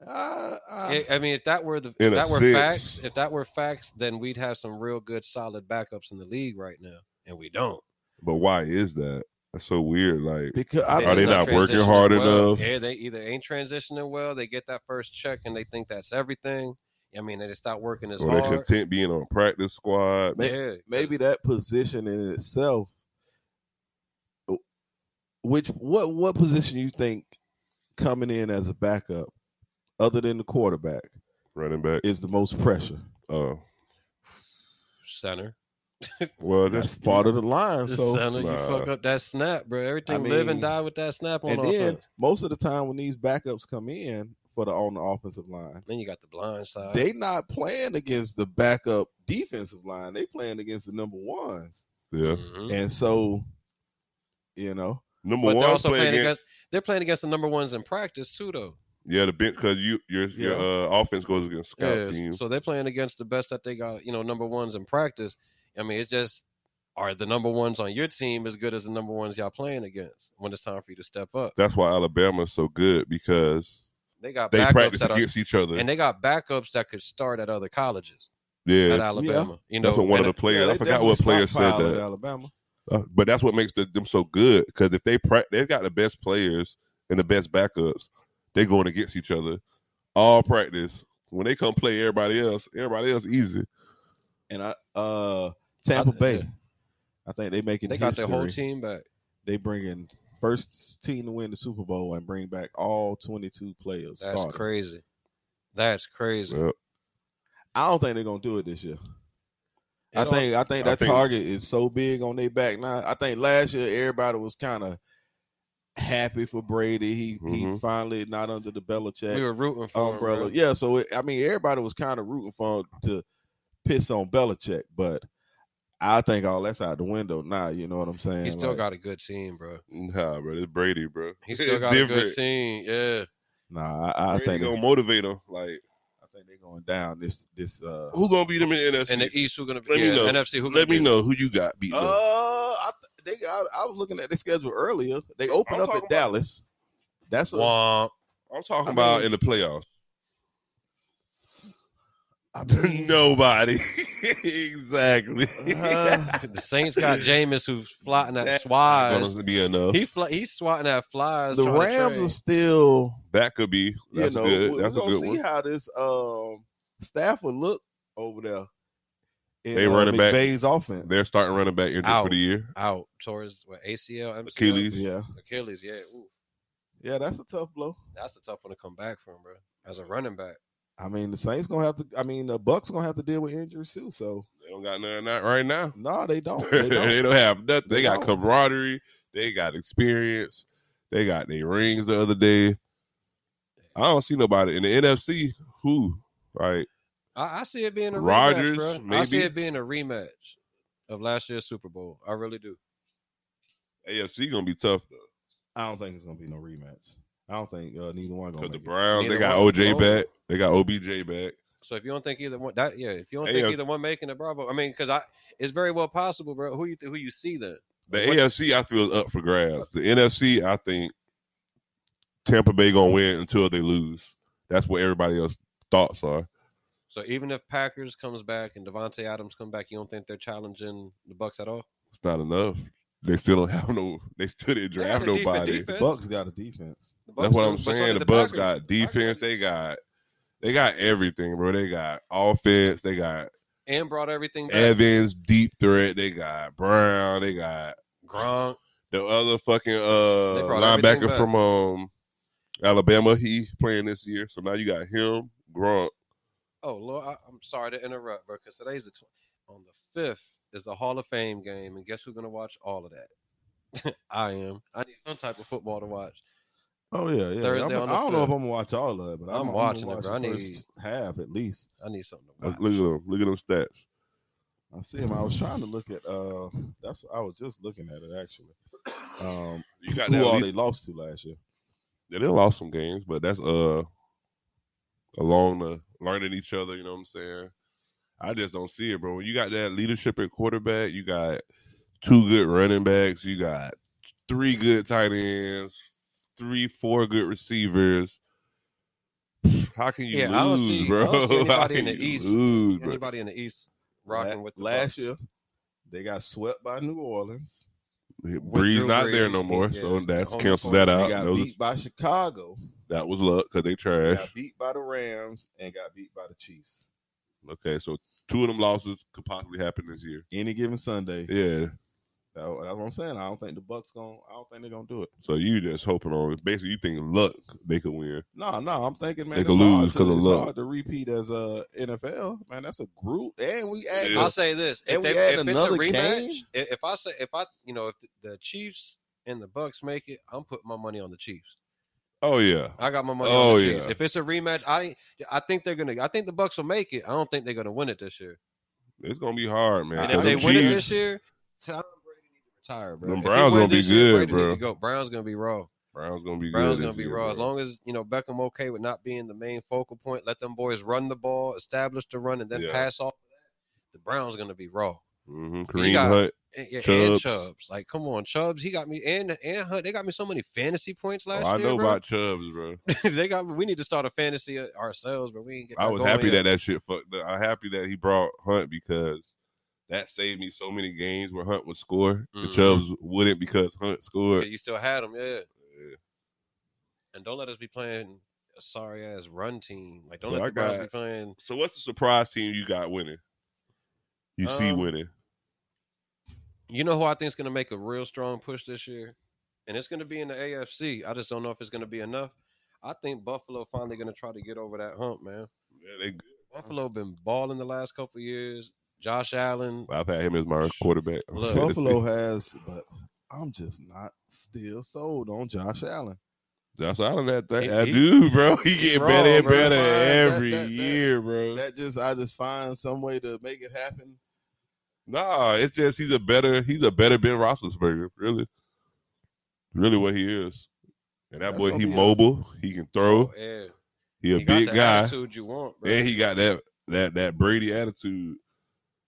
Uh, uh, Yeah, I mean, if that were the if In a that were sense. facts, if that were facts, then we'd have some real good, solid backups in the league right now, and we don't. But why is that? That's so weird. Like, because I, They're Are just they not working transitioning hard well. enough? Yeah, they either ain't transitioning well. They get that first check and they think that's everything. I mean, they just stop working as are they hard. content being on practice squad? May- yeah, maybe that position in itself which what what position you think coming in as a backup other than the quarterback Running back. is the most pressure Oh, center. Well, That's part of the line. So son, you nah. fuck up that snap, bro. Everything I live mean, and die with that snap on and offense. then Then, most of the time when these backups come in for the on the offensive line, you got the blind side. they not playing against the backup defensive line. They playing against the number ones. Yeah, Mhm. And so, you know, number But one they're also play playing against, against they're playing against the number ones in practice too, though. yeah the bench because you your your uh, offense goes against scout Yeah, team. So they're playing against the best that they got, you know, number ones in practice. I mean, it's just are the number ones on your team as good as the number ones y'all playing against when it's time for you to step up? That's why Alabama's so good because They got they backups practice that are, against each other. and they got backups that could start at other colleges yeah, at Alabama. You know, that's what one of and the players. yeah, I they forgot what definitely player said stockpiled at that. Alabama. Uh, but that's what makes the, them so good because if they pra- they've got the best players and the best backups, they going against each other all practice. When they come play everybody else, everybody else easy. And I uh Tampa I- Bay. I think they making they got their whole history. team back. They bringing first team to win the Super Bowl and bring back all 22 players. That's starters. crazy. That's crazy. Yep. I don't think they're gonna do it this year. I It all- think I think I that think- target is so big on their back now. I think last year everybody was kind of happy for Brady. He he Mhm. finally not under the Belichick we were rooting for 'em, umbrella. bro. Yeah, so it, I mean everybody was kind of rooting for him to piss on Belichick, but I think all that's out the window now. You know what I'm saying? He still Like, got a good team, bro. Nah, bro, it's Brady, bro. He still It's got a different. good team. Yeah. Nah, I, I Brady think gonna motivate them. Like I think they're going down this this. uh who gonna beat them in the NFC? And the East who gonna be Let me yeah, know. NFC who Let gonna me be- know who you got beating. them. Uh, I th- they got. I was looking at the schedule earlier. They open I'm up at talking about- Dallas. That's a, Womp. I'm talking I about mean- in the playoffs. I mean, Nobody. exactly. uh, the Saints got Jameis who's flying at That's swats. Gonna be enough. He fly, he's swatting at flies. the trying to Rams trade. are still. that could be. That's you know, good. we- That's we're a gonna good see one. how this um staff will look over there. in, They uh, running back. McVay's offense. They're starting running back injured for Out. the year. out towards what ACL, MCL? Achilles. yeah, Achilles. Yeah, Ooh, yeah, that's a tough blow. that's a tough one to come back from, bro. As a running back, I mean, the Saints gonna have to. I mean, the Bucks gonna have to deal with injuries too. So They don't got nothing out right now. no, they don't. They They don't, don't. have nothing. They, They got don't. camaraderie. They got experience. They got their rings the other day. I don't see nobody in the NFC. Who? Right. I, I see it being a Rodgers, rematch, bro. I see maybe. it being a rematch of last year's Super Bowl. I really do. AFC gonna be tough though. I don't think it's gonna be no rematch. I don't think uh, neither one gonna. Because the make it. Browns, they Neither got one. OJ Oh. back. They got OBJ back. So if you don't think either one, that yeah, if you don't Hey, think uh, either one making it, bravo. I mean, because I, it's very well possible, bro. Who you th- who you see then? The What- AFC, I feel, is up for grabs. The NFC, I think Tampa Bay gonna win until they lose. That's what everybody else thoughts are. So even if Packers comes back and Devontae Adams come back, you don't think they're challenging the Bucks at all? It's not enough. They still don't have no. They still didn't They got draft the deep- the nobody. defense. Bucks got a defense. The Bucs That's what do, I'm but so saying. do The Bucks Packers. got defense. Packers They got they got everything, bro. They got offense. They got and brought everything back. Evans, deep threat. They got Brown. They got Gronk. the other fucking uh brought everything linebacker back. from um Alabama. He playing this year, so now you got him, Grunt. Oh Lord, I, I'm sorry to interrupt, bro. Because today's the tw- on the fifth is the Hall of Fame game, and guess who's gonna watch all of that? I am. I need some type of football to watch. Oh yeah, yeah. Thursday I'm- i on the don't know if fifth. I'm gonna watch all of it, but I'm, I'm gonna watching it, watch bro. the I need- first half at least. I need something to Look watch. at them. Look at them stats. I see him. I was trying to look at. uh That's I was just looking at it actually. Um, You got who all that. they lost to last year? They done lost some games, but that's uh along the learning each other. You know what I'm saying? I just don't see it, bro. When you got that leadership at quarterback, you got two good running backs, you got three good tight ends, three, four good receivers. How can you Yeah, lose, I don't see- I bro? don't see How anybody in can the you East. lose, bro? Anybody in the East rocking La- with the last Bucs? year, they got swept by New Orleans. Breeze Drew not there Brees, no more, yeah, so that's on the cancel phone. that They out. got That was, beat by Chicago. that was luck because they trash. Got beat by the Rams and got beat by the Chiefs. Okay, so two of them losses could possibly happen this year. Any given Sunday, Yeah, That- that's what I'm saying. I don't think the Bucks going I don't think they're gonna do it. So you just hoping on basically you think luck they could win. No, no, I'm thinking, man, They it's, could hard lose to, 'cause of it's luck. hard to repeat as uh, a NFL. Man, that's a group, and we add Yeah. I'll say this: if, And they, we add if it's a another rematch, game? i- if I say if I you know if the Chiefs and the Bucks make it, I'm putting my money on the Chiefs. Oh yeah. I got my money Oh, on the Chiefs. yeah. If it's a rematch, I I think they're gonna. I think the Bucks will make it. I don't think they're gonna win it this year. It's gonna be hard, man. And I if Cause they them win it Chiefs- this year, Tom Brady need to retire, bro. Them If he Browns win gonna be this year, good, Brady need bro. to go. Browns gonna be raw. Browns gonna be Browns good gonna this be year, raw. As bro. long as you know Beckham okay with not being the main focal point, let them boys run the ball, establish the run, and then Yeah. pass off. The Browns gonna be raw. Mhm. He Kareem got- Hunt. And, yeah, and Chubbs. Chubbs. Like, come on, Chubbs. He got me and and Hunt. They got me so many fantasy points Oh, last I year. know bro. about Chubbs, bro. they got. We need to start a fantasy uh, ourselves, but we ain't get. I that was going happy yet. that that shit fucked up. I'm happy that he brought Hunt because that saved me so many games where Hunt would score and Mhm. Chubbs wouldn't because Hunt scored. Yeah, you still had him, yeah. Yeah. And don't let us be playing a sorry ass run team. Like, don't So let I the Browns got- be playing. So what's the surprise team you got winning? You see Um, winning. You know who I think is going to make a real strong push this year, and it's going to be in the AFC. I just don't know if it's going to be enough. I think Buffalo finally going to try to get over that hump, man. Yeah, they good. Buffalo been balling the last couple years. Josh Allen, I've had him as my quarterback. Look. Buffalo has, but I'm just not still sold on Josh Allen. Josh Allen, that, that, He- that he- dude, bro, he he get raw, better and bro. better Fine, that- every that- that- year, bro. That just I just find some way to make it happen. Nah, it's just he's a better he's a better Ben Roethlisberger, really, really what he is. And that That's boy, gonna he be a- mobile, he can throw, yeah. he a Oh, He got big the guy, Attitude you want, bro. and he got that that that Brady attitude,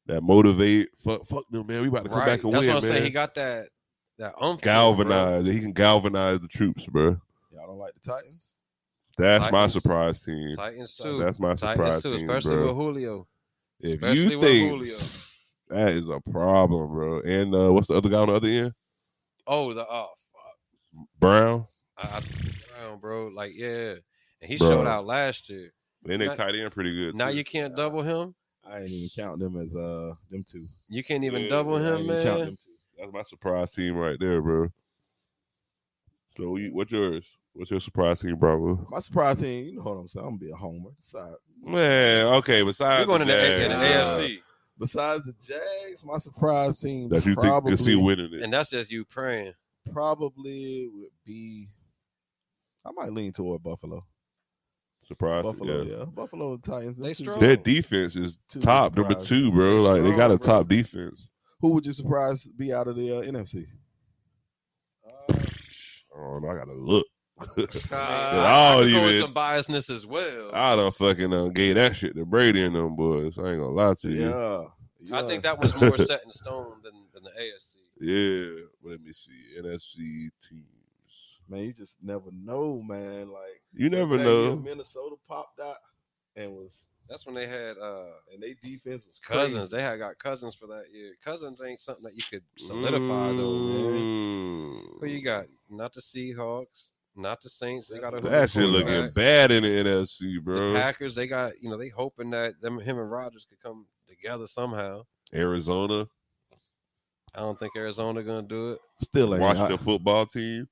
that motivate. Fuck, fuck them, man. We about to come Right. back and That's win, what I'm man. saying. He got that that umph. to him, bro. galvanize. He can galvanize the troops, bro. Y'all don't like the Titans? That's my Titans- surprise team. Titans too. That's my Titans surprise too, team, especially bro. with Julio. If Especially you with think Julio. that is a problem, bro, and uh, what's the other guy on the other end? Oh, the oh, fuck. Brown. I, I, Brown, bro. Like yeah, and he Bro. showed out last year. And they Now- tight end pretty good. Now too. you can't double him. I ain't even count them as uh them two. You can't even Yeah, double I ain't him, even count them man. two. That's my surprise team right there, bro. So you, what's yours? What's your surprise team, Bravo? My surprise team, you know what I'm saying. I'm gonna be a homer. Sorry. Man, okay. Besides, You're going in the, A- in the Jags. AFC, Besides the Jags, my surprise team that you think probably you see winning it. and that's just you praying. probably would be. I might lean toward Buffalo. Surprise, Buffalo, yeah. yeah. Buffalo and Titans. them They two strong. good. Their defense is Two top surprises. number two, bro. They're Like they got a strong, bro. top defense. Who would you surprise be out of the uh, NFC? Uh, I don't know. I gotta look. I I could don't go with even- some biasness as well. I, I done fucking uh, gave that shit to Brady and them boys. I ain't gonna lie to you. Yeah. yeah. think that was more set in stone than, than the AFC. Yeah. But let me see. NFC teams. man, you just never know, man. Like You never that year know. Minnesota popped out and was That's when they had uh, and they defense was crazy. cousins. They had got cousins for that year. Cousins ain't something that you could solidify though, man. Mm. Who you got? Not the Seahawks, not the Saints. They got a That shit Who looking quarterback? bad in the NFC, bro. The Packers, they got you know they hoping that them him and Rogers could come together somehow. Arizona, I don't think Arizona gonna do it. Still ain't Washington hot. football team,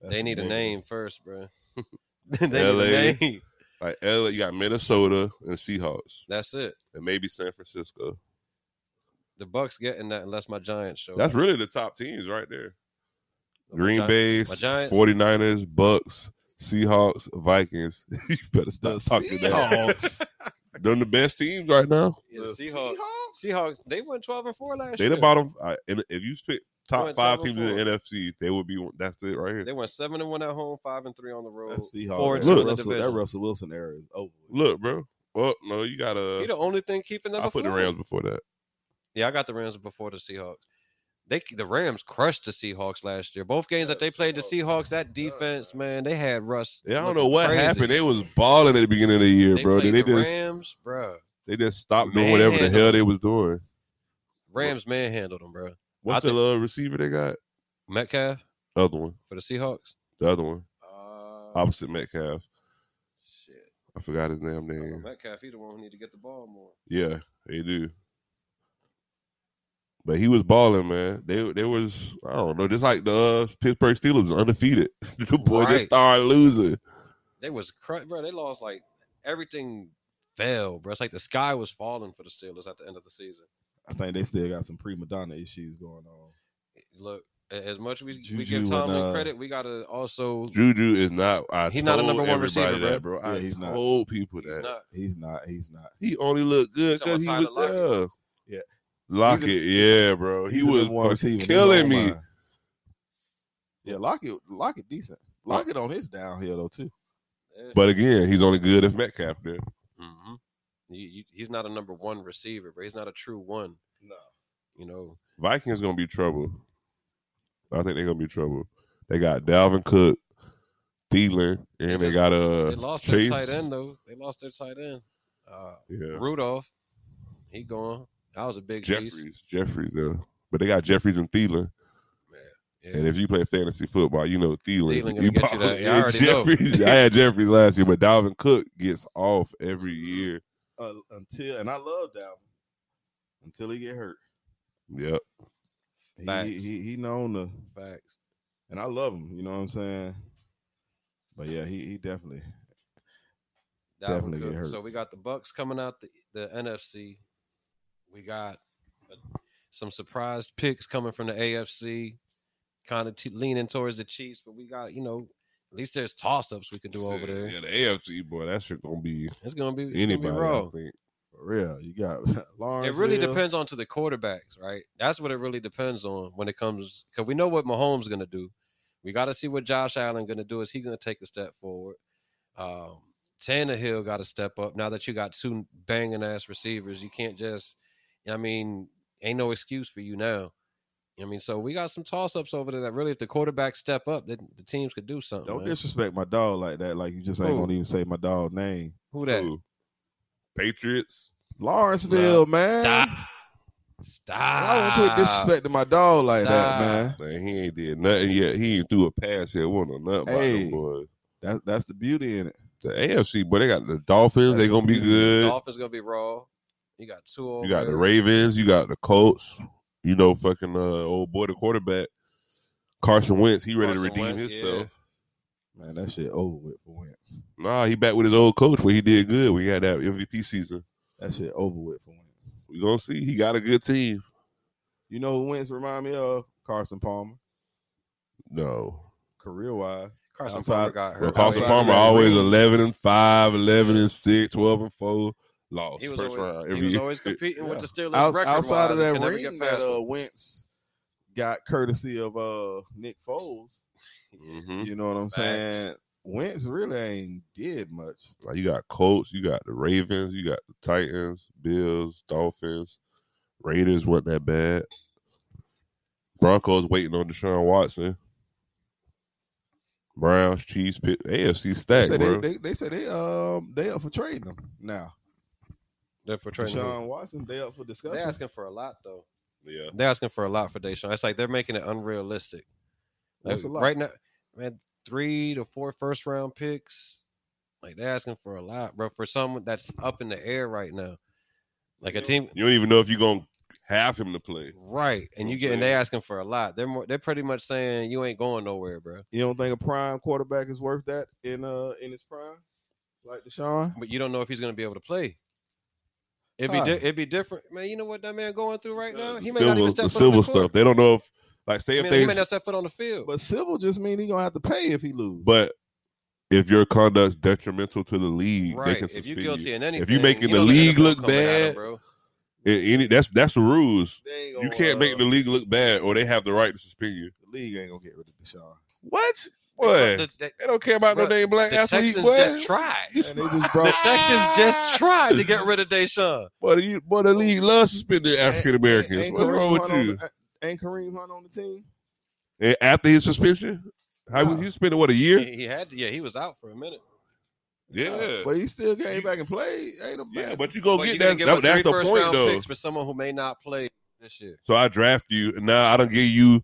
That's they need a nigga. name first, bro. they need LA. a name. like LA. You got Minnesota and Seahawks, That's it. and maybe San Francisco. The Bucks getting that unless my Giants show. That's up. really the top teams right there. My Green Gi- Bay, my Giants. 49ers, Bucks, Seahawks, Vikings. you better The stop talking that. Seahawks. They're the best teams right now. Yeah, The Seahawks. Seahawks. Seahawks. They went twelve and four last They year. the bottom. I, and if you pick top Going five seven teams in the NFC, they would be. one- That's it right here. They went seven and one at home, five and three on the road. That Seahawks. Four and that, two in the Russell, that division. Russell Wilson era is over. with. Look, bro. Well, no, you got to. He Uh, the only thing keeping them I put the afloat. Rams before that. Yeah, I got the Rams before the Seahawks. They the Rams crushed the Seahawks last year. Both games that they played the Seahawks, that defense, man, they had Russ. Yeah, I don't looking know what crazy. happened. They was balling at the beginning of the year, They bro. played Then they the just Rams, bro. they just stopped doing whatever the Manhandled. hell they was doing. Rams manhandled them, bro. What's I the uh, receiver they got? Metcalf Other one, for the Seahawks. the other one, Uh, opposite Metcalf. shit. I forgot his damn I know name. Metcalf, he the one who need to get the ball more. Yeah, they do. But he was balling, man. They they was I don't know, just like the uh, Pittsburgh Steelers undefeated. the boy Right. just started losing. They was cr- bro. They lost like everything fell, bro. It's like the sky was falling for the Steelers at the end of the season. I think they still got some prima donna issues going on. Look, a- as much as we, we Juju give and, Tomlin uh, credit, we gotta also Juju is not. I He's told not a number one everybody receiver, that, bro. Yeah, I he's not. told people he's that not- He's not. He's not. he only looked good because Talking he about was Tyler there. Yeah. Lockett, yeah, bro. He's He the was number one fucking receiver in killing his own me. mind. Yeah, Lockett, Lockett decent. Lockett on his downhill though too. eh. But again, he's only good if Metcalf there. Mhm. You- you- he's not a number one receiver, bro. He's not a true one. No. You know, Vikings gonna be trouble. I think they're gonna be trouble. They got Dalvin Cook, Thielen, and they just- got uh they lost Chase. their tight end though. They lost their tight end. Uh, Yeah, Rudolph, he gone. That was a big piece. Jeffries, Jeffries, yeah. But they got Jeffries and Thielen. Yeah. And if you play fantasy football, you know Thielen. Thielen gonna get you probably- that. Yeah, I already know. Jeffries. I had Jeffries last year, but Dalvin Cook gets off every Mm-hmm. year. Uh, until and I love Dalvin until he get hurt. Yep. He- He, Facts. he he known to, Facts. and I love him. You know what I'm saying? But yeah, he he definitely. Dalvin Definitely Cook. get So hurt. we got the Bucks coming out the, the NFC. We got uh, some surprise picks coming from the AFC, kind of t- leaning towards the Chiefs. But we got you know at least there's toss ups we can do over there. Yeah, the AFC boy, that shit gonna be It's gonna be it's anybody. Gonna be I raw. think. For real, you got Lawrence. It really Hill. depends on to the quarterbacks, right? That's what it really depends on when it comes because we know what Mahomes gonna do. We got to see what Josh Allen gonna do. Is he gonna take a step forward? Um, Tannehill got to step up now that you got two banging ass receivers. You can't just, I mean, ain't no excuse for you now. I mean, so we got some toss ups over there that really, if the quarterbacks step up, then the teams could do something. Don't man. disrespect my dog like that. Like you just ain't Who? gonna even say my dog name. Who that? Who? Patriots. Lawrenceville, man. Stop. I Stop. don't put disrespect to my dog like Stop. that, man. Man, he ain't did nothing yet. He ain't threw a pass here. Won or nothing by them Hey. boys. That's that's the beauty in it. The AFC, boy, they got the Dolphins. They gonna be good. Dolphins gonna be raw. You got two. You got the over. Ravens. You got the Colts. You know, fucking uh, old boy, the quarterback, Carson Wentz. He ready to Carson redeem Wentz, himself. Man, that shit over with for Wentz. Nah, he back with his old coach where he did good. We had that MVP season. That shit over with for Wentz. We gonna see. He got a good team. You know who Wentz remind me of? Carson Palmer, No, career wise. Carson Outside- Palmer got hurt. Well, Right. Carson Outside Palmer of that always ring. 11 and 5, 11 and 6, 12 and 4. Lost He was, first always, round every he was year. always competing with Yeah. the Steelers. Out, record outside of that never ring get that past uh, him. Wentz got courtesy of uh Nick Foles. Mhm. You know what I'm Hmm. Facts. saying? Wentz really ain't did much. Like, you got Colts, you got the Ravens, you got the Titans, Bills, Dolphins, Raiders wasn't that bad. Broncos waiting on Deshaun Watson. Browns, Chiefs, Pitt, AFC They stack, said bro. they, they, they said they um they up for trading him now. They're for trading him. Deshaun Watson, they up for They're discussion. asking for a lot though. yeah. They're asking for a lot for Deshaun. It's like they're making it unrealistic. Like, That's a lot. Right now, man, three to four first round picks. Like they're asking for a lot, bro. For someone that's up in the air right now, like a team, You don't even know if you're going to have him to play. right? And You know you get what I'm and they asking for a lot. They're more, they're pretty much saying you ain't going nowhere, bro. You don't think a prime quarterback is worth that in uh in his prime, like Deshaun? but you don't know if he's going to be able to play. It'd be Huh. di- it'd be different, man. You know what that man going through right now? The He may not even the step foot on silver the stuff. court. They don't know if, like, say He if may, they he may not step foot on the field. But civil just mean he gonna have to pay if he lose. But if your conduct's detrimental to the league, they right? can If suspend you're guilty you. in anything, making the know they league NFL look coming at him, bad, bro. And any- that's that's the rules. They ain't You gonna, can't uh, make the league look bad, or they have the right to suspend you. the league ain't gonna get rid of Deshaun. What? But What? the, the, they don't care about no Bruh, damn black the athlete. Texans What? just tried. And they just The brought Texans just tried to get rid of Deshaun. Boy, you, boy, the league loves suspending African Americans. ain't What's wrong Kareem with Hunt you? on the- Ain't Kareem Hunt on the team? And after his suspension, how Nah. was he suspended? What a year? He, he had, yeah, he was out for a minute. Yeah, Uh, but he still came You- back and played. Ain't no yeah. bad- But you go But get you gotta that. give that- up that's three the first point, round though. Picks for someone who may not play this year. So I draft you, and now I don't give you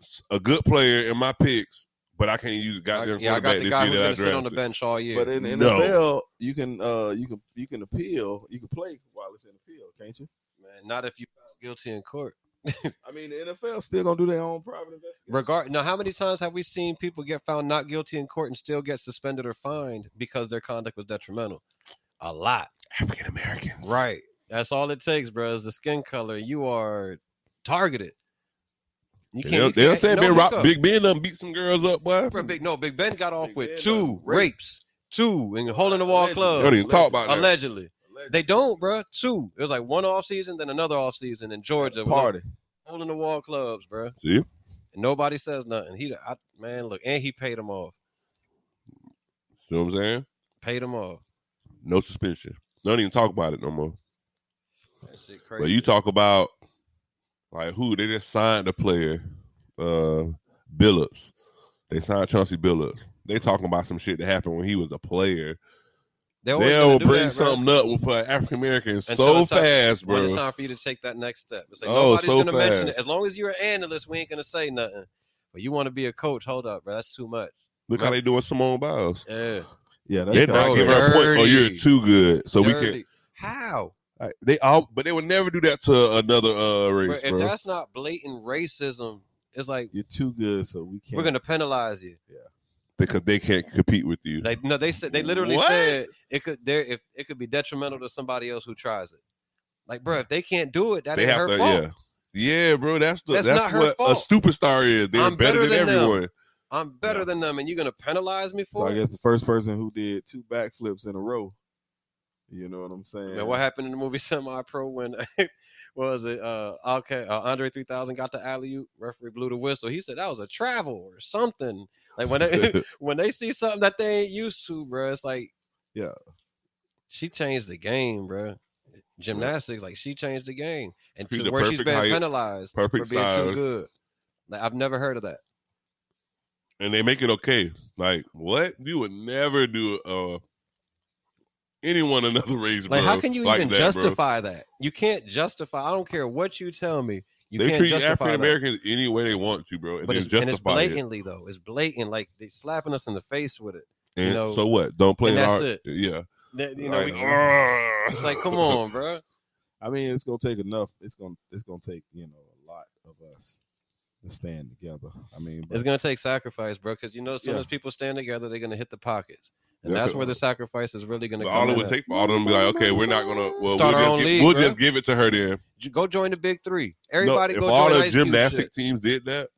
s- a good player in my picks, but I can't use a I, goddamn yeah, I got quarterback the this guy year who's that I going to sit on the drafted. bench all year. but in the No. NFL, you can uh you can you can appeal. You can play while it's in the field, can't you? man. Not if you found guilty in court. I mean, the NFL still gonna do their own private investigation. Regard now, how many times have we seen people get found not guilty in court and still get suspended or fined because their conduct was detrimental? A lot, African Americans. right? That's all it takes, bro. Is the skin color you are targeted. You They'll, you they'll say no Ben Rock, hookup. Big Ben done beat some girls up, boy. Bro, Big- no, Big Ben got off Big with Ben two done raped. rapes, two in the hole in the wall Allegedly. They don't club. even talk about that. Allegedly, Allegedly. they don't, bro. Two. It was like one off season, then another off season in Georgia. party. hole in the wall clubs, bro. See? And nobody says nothing. He, I, man, look, and he paid him off. You know what I'm saying? Paid him off. No suspension. Don't even talk about it no more. That shit But you talk about like who they just signed a player, uh, Billups. They signed Chauncey Billups. They talking about some shit that happened when he was a player. They always They'll gonna do bring that, bro, something up with an African American until so it's time- fast, When bro. it's time for you to take that next step, it's like Oh, nobody's so gonna mention it. fast. As long as you're an analyst, we ain't gonna say nothing. But you want to be a coach? Hold up, bro. That's too much. Look how they doing Simone Biles. Yeah. Yeah, that's kinda They're not called good. giving her a point. Oh, dirty. you're too good, so we Dirty. can. How? not They all, but they would never do that to another uh Bro, race, if bro. that's not blatant racism, it's like You're too good, so we can't. we're gonna penalize you. because they can't compete with you. Like no, they said they literally What? said it could there if it could be detrimental to somebody else who tries it. Like, bro, if they can't do it, that they ain't her have to, fault. yeah, yeah, bro. That's the, that's, That's not her what a fault. superstar is. They're I'm better, better than, than them. everyone. I'm better than them, and you're gonna penalize me So for I it. guess the first person who did two backflips in a row. You know what I'm saying? Man, what happened in the movie Semi Pro when what was it uh okay uh, Andre 3000 got the alley oop referee blew the whistle he said that was a travel or something like when they when they see something that they ain't used to bro it's like Yeah. she changed the game bro gymnastics like she changed the game and She's to the where she's perfect been height, penalized perfect for being size. too good like I've never heard of that and they make it okay. Like what? You would never do uh anyone another race, like bro. how can you like even that, bro. justify that you can't justify I don't care what you tell me you they can't treat justify African that. Americans any way they want to, bro, and but then it's, and it's justify it. blatantly though. It's blatant. Like they slapping us in the face with it. And know, so what? Don't play and in that's our it. yeah. That, you know, Like, ah. we- "Argh." it's like, come on, bro. I mean, it's gonna take enough. It's gonna it's gonna take you know a lot of us to stand together. I mean, It's but gonna take sacrifice, bro. Because you know, as soon Yeah. as people stand together, they're gonna hit the pockets, and Yeah, that's but- where the sacrifice is really gonna But come. all it in would at. take for all of them to be like, okay, we're not gonna. Well, we'll, Start our just own give, league, we'll bro. just give it to her then. J- Go join the big three. No, Everybody if go all join the Ice Cube gymnastic shit. teams did that,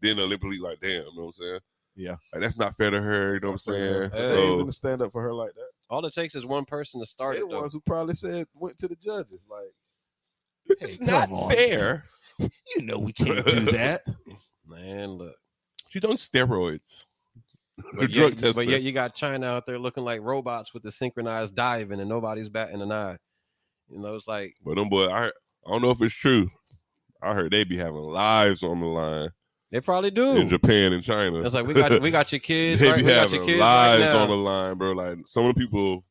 then the Olympic League, like, damn, you know what I'm saying? Yeah. like, that's not fair to her. You know what I'm saying? Hey. they So- even stand up for her like that. All it takes is one person to start They the it. Though. ones who probably said went to the judges like, it's Hey, not come on. fair. you know, we can't do that. Man, look. She's on steroids. But drug yet, test. but yet you got China out there looking like robots with the synchronized diving, and nobody's batting an eye. You know, it's like But them boy, I, I don't know if it's true. I heard they be having lives on the line they probably do. in Japan and China. It's like we got we got your kids. they right? be We got having your kids right lives now. on the line, bro. Like some of the people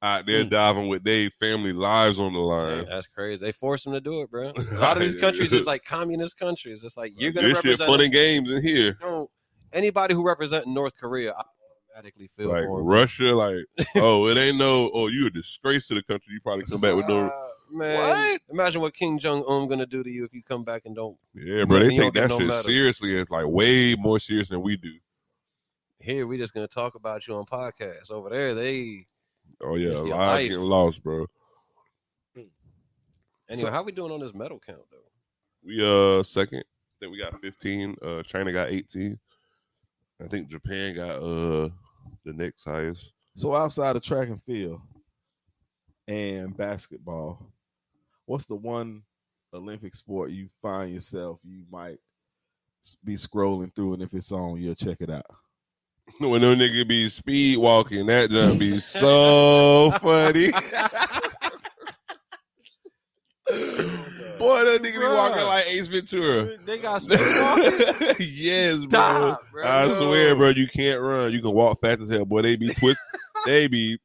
out there Mm. diving with their family lives on the line. That's crazy. They force them to do it, bro. A lot of these countries is like communist countries. It's like you're gonna this shit represent. fun and games in here. No, anybody who represents North Korea, I automatically feel Like for 'em. Russia, like oh, it ain't no. Oh, you a disgrace to the country. You probably come back with doing. Uh, Man, What? imagine what King Jong Un gonna do to you if you come back and don't. Yeah, bro. They You don't take get that no shit medal. seriously. It's like way more serious than we do. Here we just gonna talk about you on podcasts. Over there, they. Oh yeah, It's your lives life. getting lost, bro. Anyway, So- how we doing on this medal count though? We uh second. I think we got fifteen. Uh China got eighteen. I think Japan got uh the next highest. So outside of track and field and basketball, what's the one Olympic sport you find yourself you might s- be scrolling through, and if it's on, you'll check it out. when no nigga be speed walking, that jump be so funny. Oh, Boy, that nigga be walking Bruh. like Ace Ventura. They got yes, bro. Stop, bro. I No. swear, bro, you can't run. You can walk fast as hell, boy. They be twist, they be,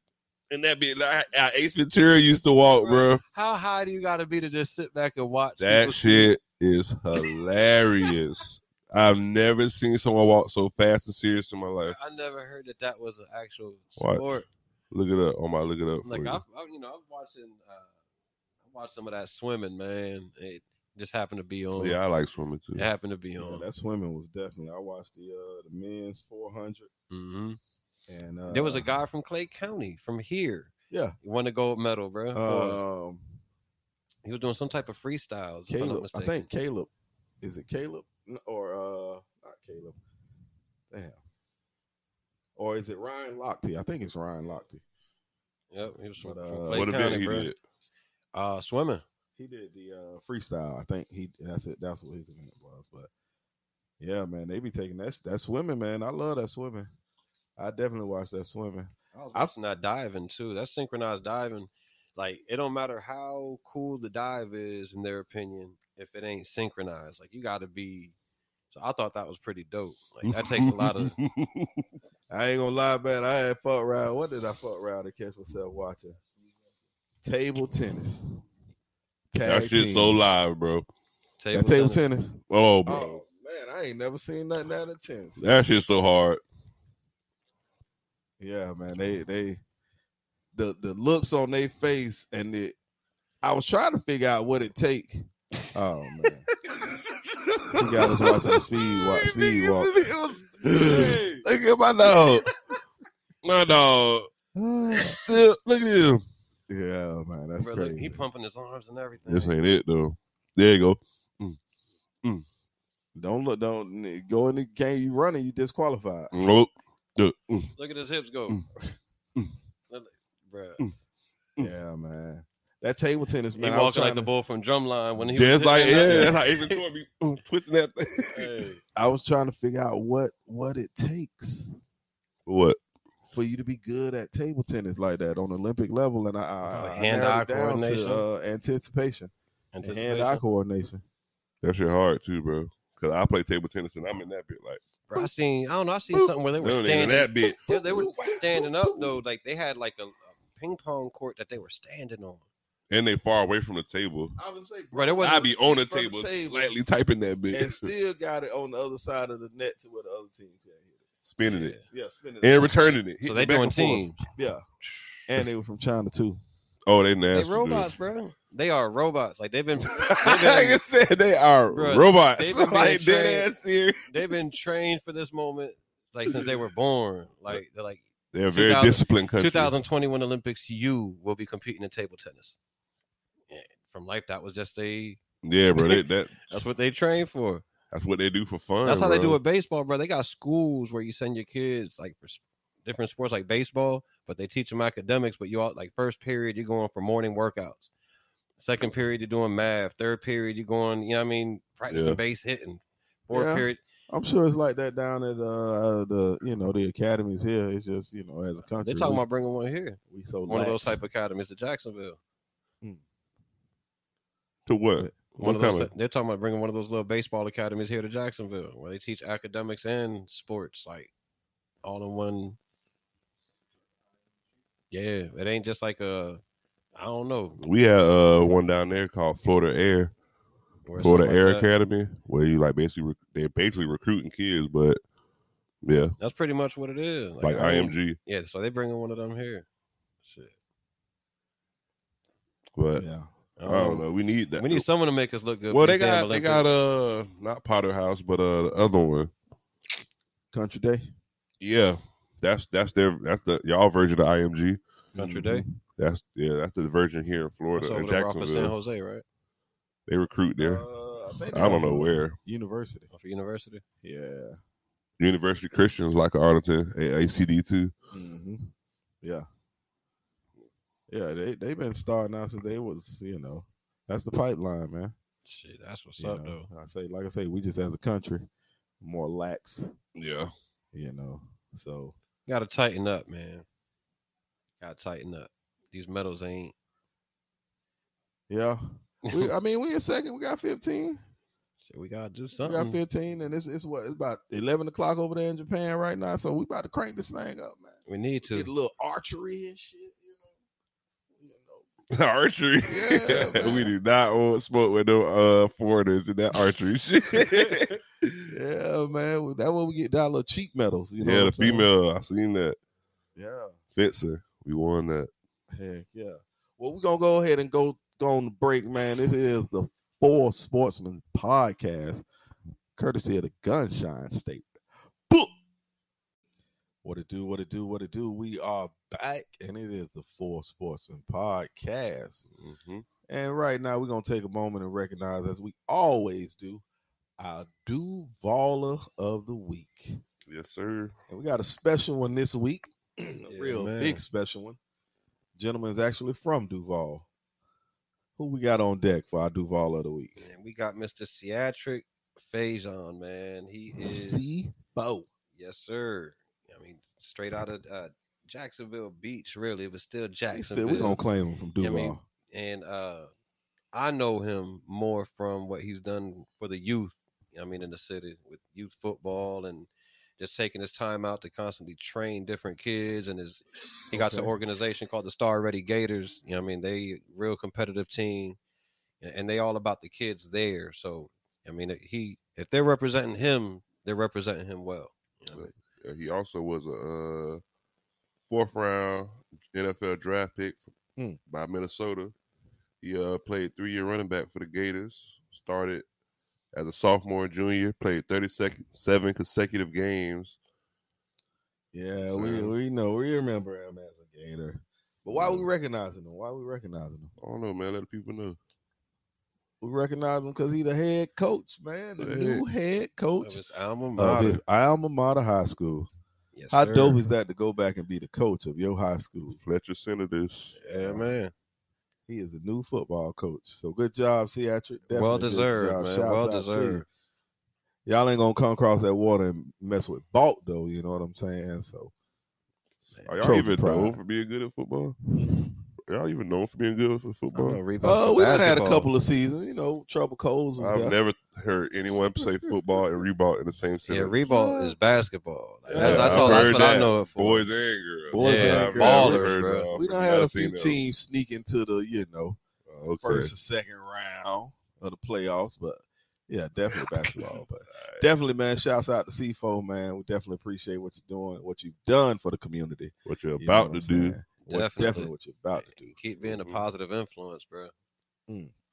and that be like how Ace Ventura used to walk, bro. Bro. How high do you gotta be to just sit back and watch people That speed? shit is hilarious. I've never seen someone walk so fast and serious in my life. I never heard that that was an actual Watch. sport. Look it up, oh my, look it up. For Like you. I've, I've, you know, I'm watching, uh, I watched some of that swimming, man. It, Just happened to be on. yeah, I like swimming too. It happened to be Yeah, on. that swimming was definitely. I watched the uh, the men's 400, hmm and uh, There was a guy from Clay County from here. Yeah. He won the gold medal, bro. uh, Um, he was doing some type of freestyles. if I'm not Caleb. I mistaken. think Caleb. Is it Caleb N- or uh not Caleb? Damn. Or is it Ryan Lochte? I think it's Ryan Lochte. Yep, he was from, But, from uh, Clay What County, event he bro. did? Uh, swimming. He did the uh freestyle. I think he that's it. That's what his event was. But yeah, man, they be taking that that swimming, man. I love that swimming. I definitely watch that swimming. I was I've- watching that diving too. That's synchronized diving. Like it don't matter how cool the dive is, in their opinion, if it ain't synchronized. Like you got to be. So I thought that was pretty dope. Like that takes a lot of. I ain't gonna lie, man. I had fuck around. What did I fuck around and catch myself watching? Table tennis. that Tag shit team. so live, bro. That table tennis. Oh, bro, Oh man, I ain't never seen nothing that intense. that shit so hard. Yeah, man. They they the the looks on their face and it. I was trying to figure out what it take. Oh man, you guys was watching the speed walk. Speed walk. Hey, Look at my dog. My dog. Still, look at him. yeah, man. That's Bro, look, crazy. he pumping his arms and everything. This ain't it though. There you go. Mm. don't look. Don't go in the game. You running. You disqualified. Nope. Look, mm. Look at his hips go. Mm. Mm. Bro, Mm. Yeah, man. That table tennis, he man. I was walked like trying the to- bull from Drumline when he Just was like hitting yeah, that- that's how Adrian Jordan be mm, twisting that thing. Hey. I was trying to figure out what what it takes What? for you to be good at table tennis like that on Olympic level, and I, I, Oh, I hand-eye narrowed it down coordination. to, uh, anticipation, and hand-eye Anticipation. coordination. That shit hard too, bro. Cause I play table tennis and I'm in that bit like Bro, I seen. I don't know. I seen Boop. something where they they were don't even in standing. that bit. Yeah, they were standing up though. Like they had like a, a ping pong court that they were standing on. And they far away from the table. I would say, Bro, there wasn't. I be on the from the table, table. lightly typing that bit, and still got it on the other side of the net to where the other team can hit spinning it it. Yeah, spinning and returning it. hitting so they it back doing and forth. teams. Yeah, and they were from China too. Oh, they They nasty. dude. robots, bro. They are robots. Like they've been I said they are Bruh, robots. they've been Like being dead ass serious. they've been trained for this moment. Like since they were born. Like they're like They're a very 2000 disciplined country. 2021 Olympics. You will be competing in table tennis. Yeah, from life, that was just a. Yeah, bro. They, that That's what they train for. that's what they do for fun. That's how they do bro. with baseball, bro. They got schools where you send your kids like for s- different sports, like baseball, but they teach them academics. But you all like first period, you're going for morning workouts. Second period, you're doing math. Third period, you're going, you know, what I mean, practicing Yeah. base hitting. Fourth Yeah. period, I'm sure it's like that down at uh, the you know the academies here. It's just you know as a country, they're talking we, about bringing one here, we so one of those lax. type academies to Jacksonville. to what? One What of kind those, of they're talking about bringing one of those little baseball academies here to Jacksonville, where they teach academics and sports, like all in one. Yeah, it ain't just like a, I don't know. we had uh, one down there called Florida Air, or Florida something Air like that. Academy, where you like basically rec- they're basically recruiting kids, but yeah, That's pretty much what it is. like I mean, IMG. Yeah, so they bringing one of them here. Shit. But Yeah, I don't know. We need that. We need someone to make us look good. well, for they these got damn they Olympics. got uh not Potter House, but uh the other one. country day, Yeah, that's that's their that's the y'all version of IMG. Country Day? That's yeah, that's the version here in That's Florida, over in there off of San Jacksonville. Jose, right? They recruit there. Uh, I, think I don't they- know where. university. Off of University. Yeah. University Christians like Arlington, A- ACD too. hmm Yeah. Yeah, they they've been starting out since they was, you know, that's the pipeline, man. Shit, that's what's You up, know, though. I say, like I say, we just as a country more lax, Yeah, you know. So Got to tighten up, man. Got to tighten up. These medals ain't. yeah, we, I mean, we in second. We got fifteen. Shit, we got to do We got something. fifteen, and it's it's what it's about eleven o'clock over there in Japan right now. So we about to crank this thing up, man. We need Get a to. little archery and shit, you know. You know, archery. Yeah, man. we do not want smoke with no uh foreigners in that archery shit. Yeah, man. Well, That's where we get our little cheap medals. You know yeah, what the I'm saying? female. I seen that Yeah. fencer. We won that. Heck yeah. Well, we're gonna go ahead and go go on the break, man. This is the Four Sportsmen podcast, courtesy of the Gunshine State. Book. What it do? What it do? What it do? We are back, and it is the Four Sportsmen podcast. Mhm. And right now, we're gonna take a moment and recognize, as we always do, our Duvaller of the week. Yes, sir. And we got a special one this week, a real man. big special one. Gentleman's actually from Duval. Who we got on deck for our Duval of the week? And we got Mr. Ciatric Faison, man. He is C Bo. yes, sir. I mean, straight out of uh, Jacksonville Beach, really, but still Jacksonville. We're gonna claim him from I Duval. mean, and uh I know him more from what he's done for the youth. I mean, in the city with youth football and just taking his time out to constantly train different kids. And his he got an Okay. organization called the Star Ready Gators. You know, what I mean, they real competitive team, and- and they all about the kids there. So, I mean, he if they're representing him, they're representing him well. You know what I mean? Uh, He also was a uh, fourth round NFL draft pick f- Hmm. by Minnesota. He uh, played three year running back for the Gators. Started as a sophomore and junior. Played thirty second seven consecutive games. yeah, we so- we know we remember him as a Gator. But why we Mm. Yeah. recognizing him? Why we recognizing him? I don't know, man. Let the people know. We recognize him because he's the head coach, man, the Go ahead. new head Of coach his alma of mater. his alma mater high school. yes, Oh, How sir. dope is that to go back and be the coach of your high school? Fletcher Senators. Yeah, man. He is a new football coach. So good job, Seatric. well deserved, man. well deserved. Y'all ain't gonna come across that water and mess with Balk though. You know what I'm saying? So Are y'all Trophy even pride. known for being good at football? Y'all even known for being good at I don't football? know, rebound uh, for we done had a basketball. couple of seasons. You know, Trouble Coles was I've there. never heard anyone say football and Reebok in the same Yeah, sentence. Reebok is basketball. Like, that's Yeah, that's I've all. That's heard what I that. know it for. Boys and girls. Boys Yeah, and I've ballers, heard bro. of, we but done had a I've few seen of. teams sneak into the you know Uh, okay. first and second round of the playoffs, but yeah, definitely basketball. But All right. definitely, man, shouts out to C4, man. We definitely appreciate what you're doing, what you've done for the community. what you're You know about what to I'm do. saying? What- Definitely. definitely what you're about to do. Keep being a Mhm. positive influence, bro.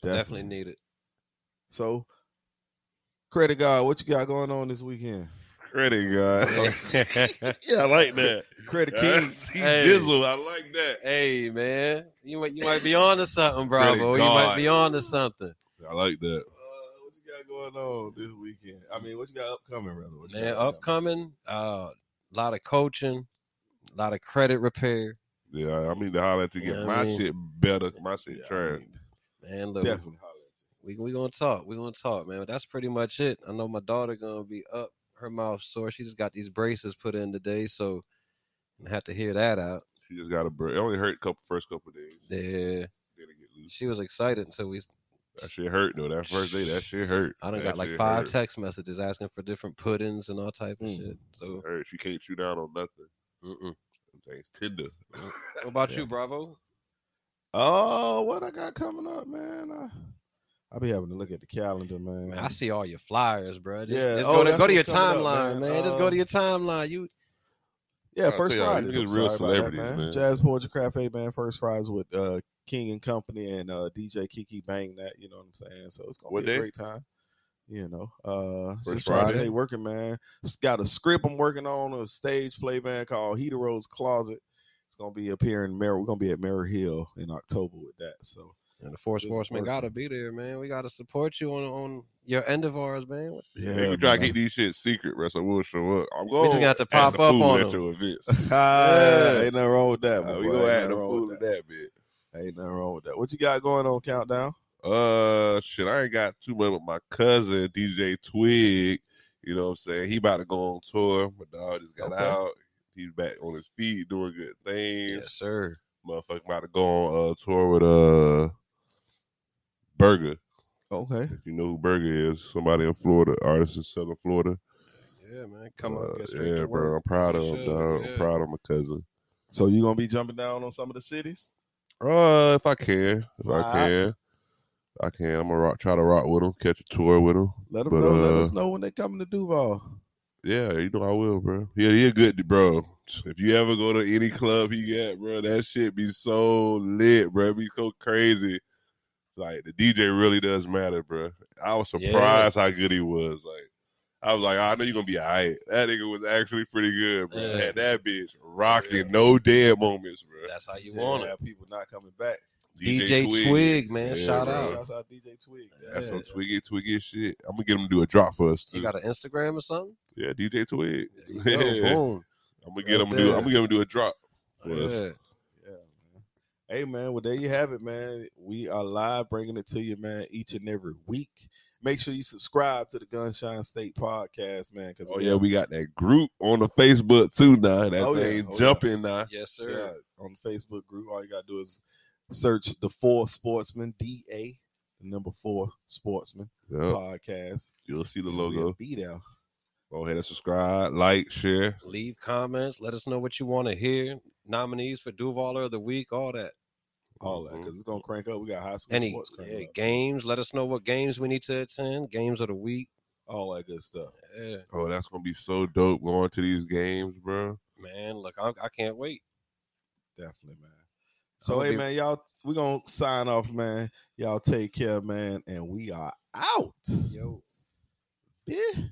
Definitely, need it. So, credit God, what you got going on this weekend? Credit God. yeah, I like that. Credit I King. Uh, see Hey. Jizzle. I like that. Hey, man, you might you might be on to something, Credit Bravo. You might God. be on to something, I like that. Uh, what you got going on this weekend? I mean, what you got upcoming, rather? What you man. got Upcoming, a lot of coaching, a lot of credit repair, Yeah, I mean to holler at you, get Yeah, I my mean- shit better. My shit Yeah, I trash. mean, man. Look, definitely. holler at we we gonna talk. We gonna talk, man. That's pretty much it. I know my daughter gonna be up. Her mouth sore. She just got these braces put in today, so I had to hear that out. She just got a break. It only hurt a couple first couple days. Yeah, Then it get loose. she was excited until we That shit hurt though. That first day, that shit hurt. I done That got like shit five hurt. text messages asking for different puddings and all type of Mm. shit. So, Hurt. She can't chew down on nothing. mm-mm. Them Things tender. what about Yeah. you, Bravo? you. Oh, what I got coming up, man? I, I be having to look at the calendar, man. Man, I see all your flyers, bro. Just, Yeah. just Oh, go to that's go to your what's coming up, timeline, man. man. Just go to Um, your timeline. You Yeah, I'll first tell y'all, Friday. you I'm get sorry real about that, celebrities, man. man. Jazz Poetry Cafe, man. First Fridays with uh, King and Company and uh, DJ Kiki Bang. That you know what I'm saying. So it's gonna What be day? a great time. You know, uh, First just trying to Friday? stay working, man. It's got a script I'm working on a stage play, man, called Heroes Closet. It's gonna be up here in Merrill. We're gonna be at Merrill Hill in October with that. So and the four Just sportsmen working. gotta be there, man. We gotta support you on on your end of ours, man. What- yeah, Hey, we try to man. keep these shit secret, bro. So we'll show up. I'm We going just got to act pop the up fool on at them. your events. Ah, Yeah. ain't nothing wrong with that. Uh, my we boy. gonna Ain't act the nothing wrong fool with at that bit. that. Ain't nothing wrong with that. What you got going on? Countdown. Uh, shit, I ain't got too much with my cousin DJ Twig. You know what I'm saying? He about to go on tour. My dog just got Okay. out. He's back on his feet, doing good things. Yes, sir. Motherfucker about to go on uh, tour with uh Burger. Okay. If you know who Burger is, somebody in Florida, artist in Southern Florida. Yeah, man. Come Uh, on, get straight yeah, to bro. I'm work. proud of As you him, should, dog. yeah. I'm proud of my cousin. So you gonna be jumping down on some of the cities? Uh, if I can, if Alright. I can, I can. I'm gonna rock, try to rock with him, catch a tour with him. Let them But, know. Let uh, us know when they coming to Duval. Yeah, you know I will, bro. Yeah, he a good bro. If you ever go to any club he got, bro, that shit be so lit, bro. It be so crazy. Like the DJ really does matter, bro. I was surprised how good he was. Like I was like, I know you're gonna be alright. That nigga was actually pretty good, bro. Yeah. Had that bitch rocking Yeah. no dead moments, bro. That's how you Yeah, want it. have people not coming back. DJ, Twig. man, Yeah, shout bro. out. Shouts out DJ Twig. That's Yeah. some twiggy twiggy shit. I'm gonna get him to do a drop for us You too. got an Instagram or something? yeah, DJ Twig. There you Yeah. go, Boom. I'm gonna get Right him to do. there. I'm gonna get him to do a drop for us. Yeah. Yeah, man. Hey, man. Well, there you have it, man. We are live bringing it to you, man, each and every week. Make sure you subscribe to the Gunshine State podcast, man. Because Oh yeah, we got that group on the Facebook too now. That Oh, yeah. thing Oh, yeah. jumping now. Yes, sir. yeah, on the Facebook group. All you gotta do is search the Four Sportsmen DA, the number four Sportsman Yup. podcast. You'll see the and logo. we'll Be there. Go ahead and subscribe, like, share. Leave comments. Let us know what you want to hear. Nominees for Duvaller of the Week, all that. All that because it's gonna crank up. We got high school Any sports crank Mm-hmm. yeah, up. games. Let us know what games we need to attend. Games of the week. All that good stuff. Yeah, Oh, that's gonna be so dope going to these games, bro. man. Look, I, I can't wait. Definitely, man. So I'ma hey be- man, y'all we gonna sign off, man. Y'all take care, man, and we are out. Yo. Yeah.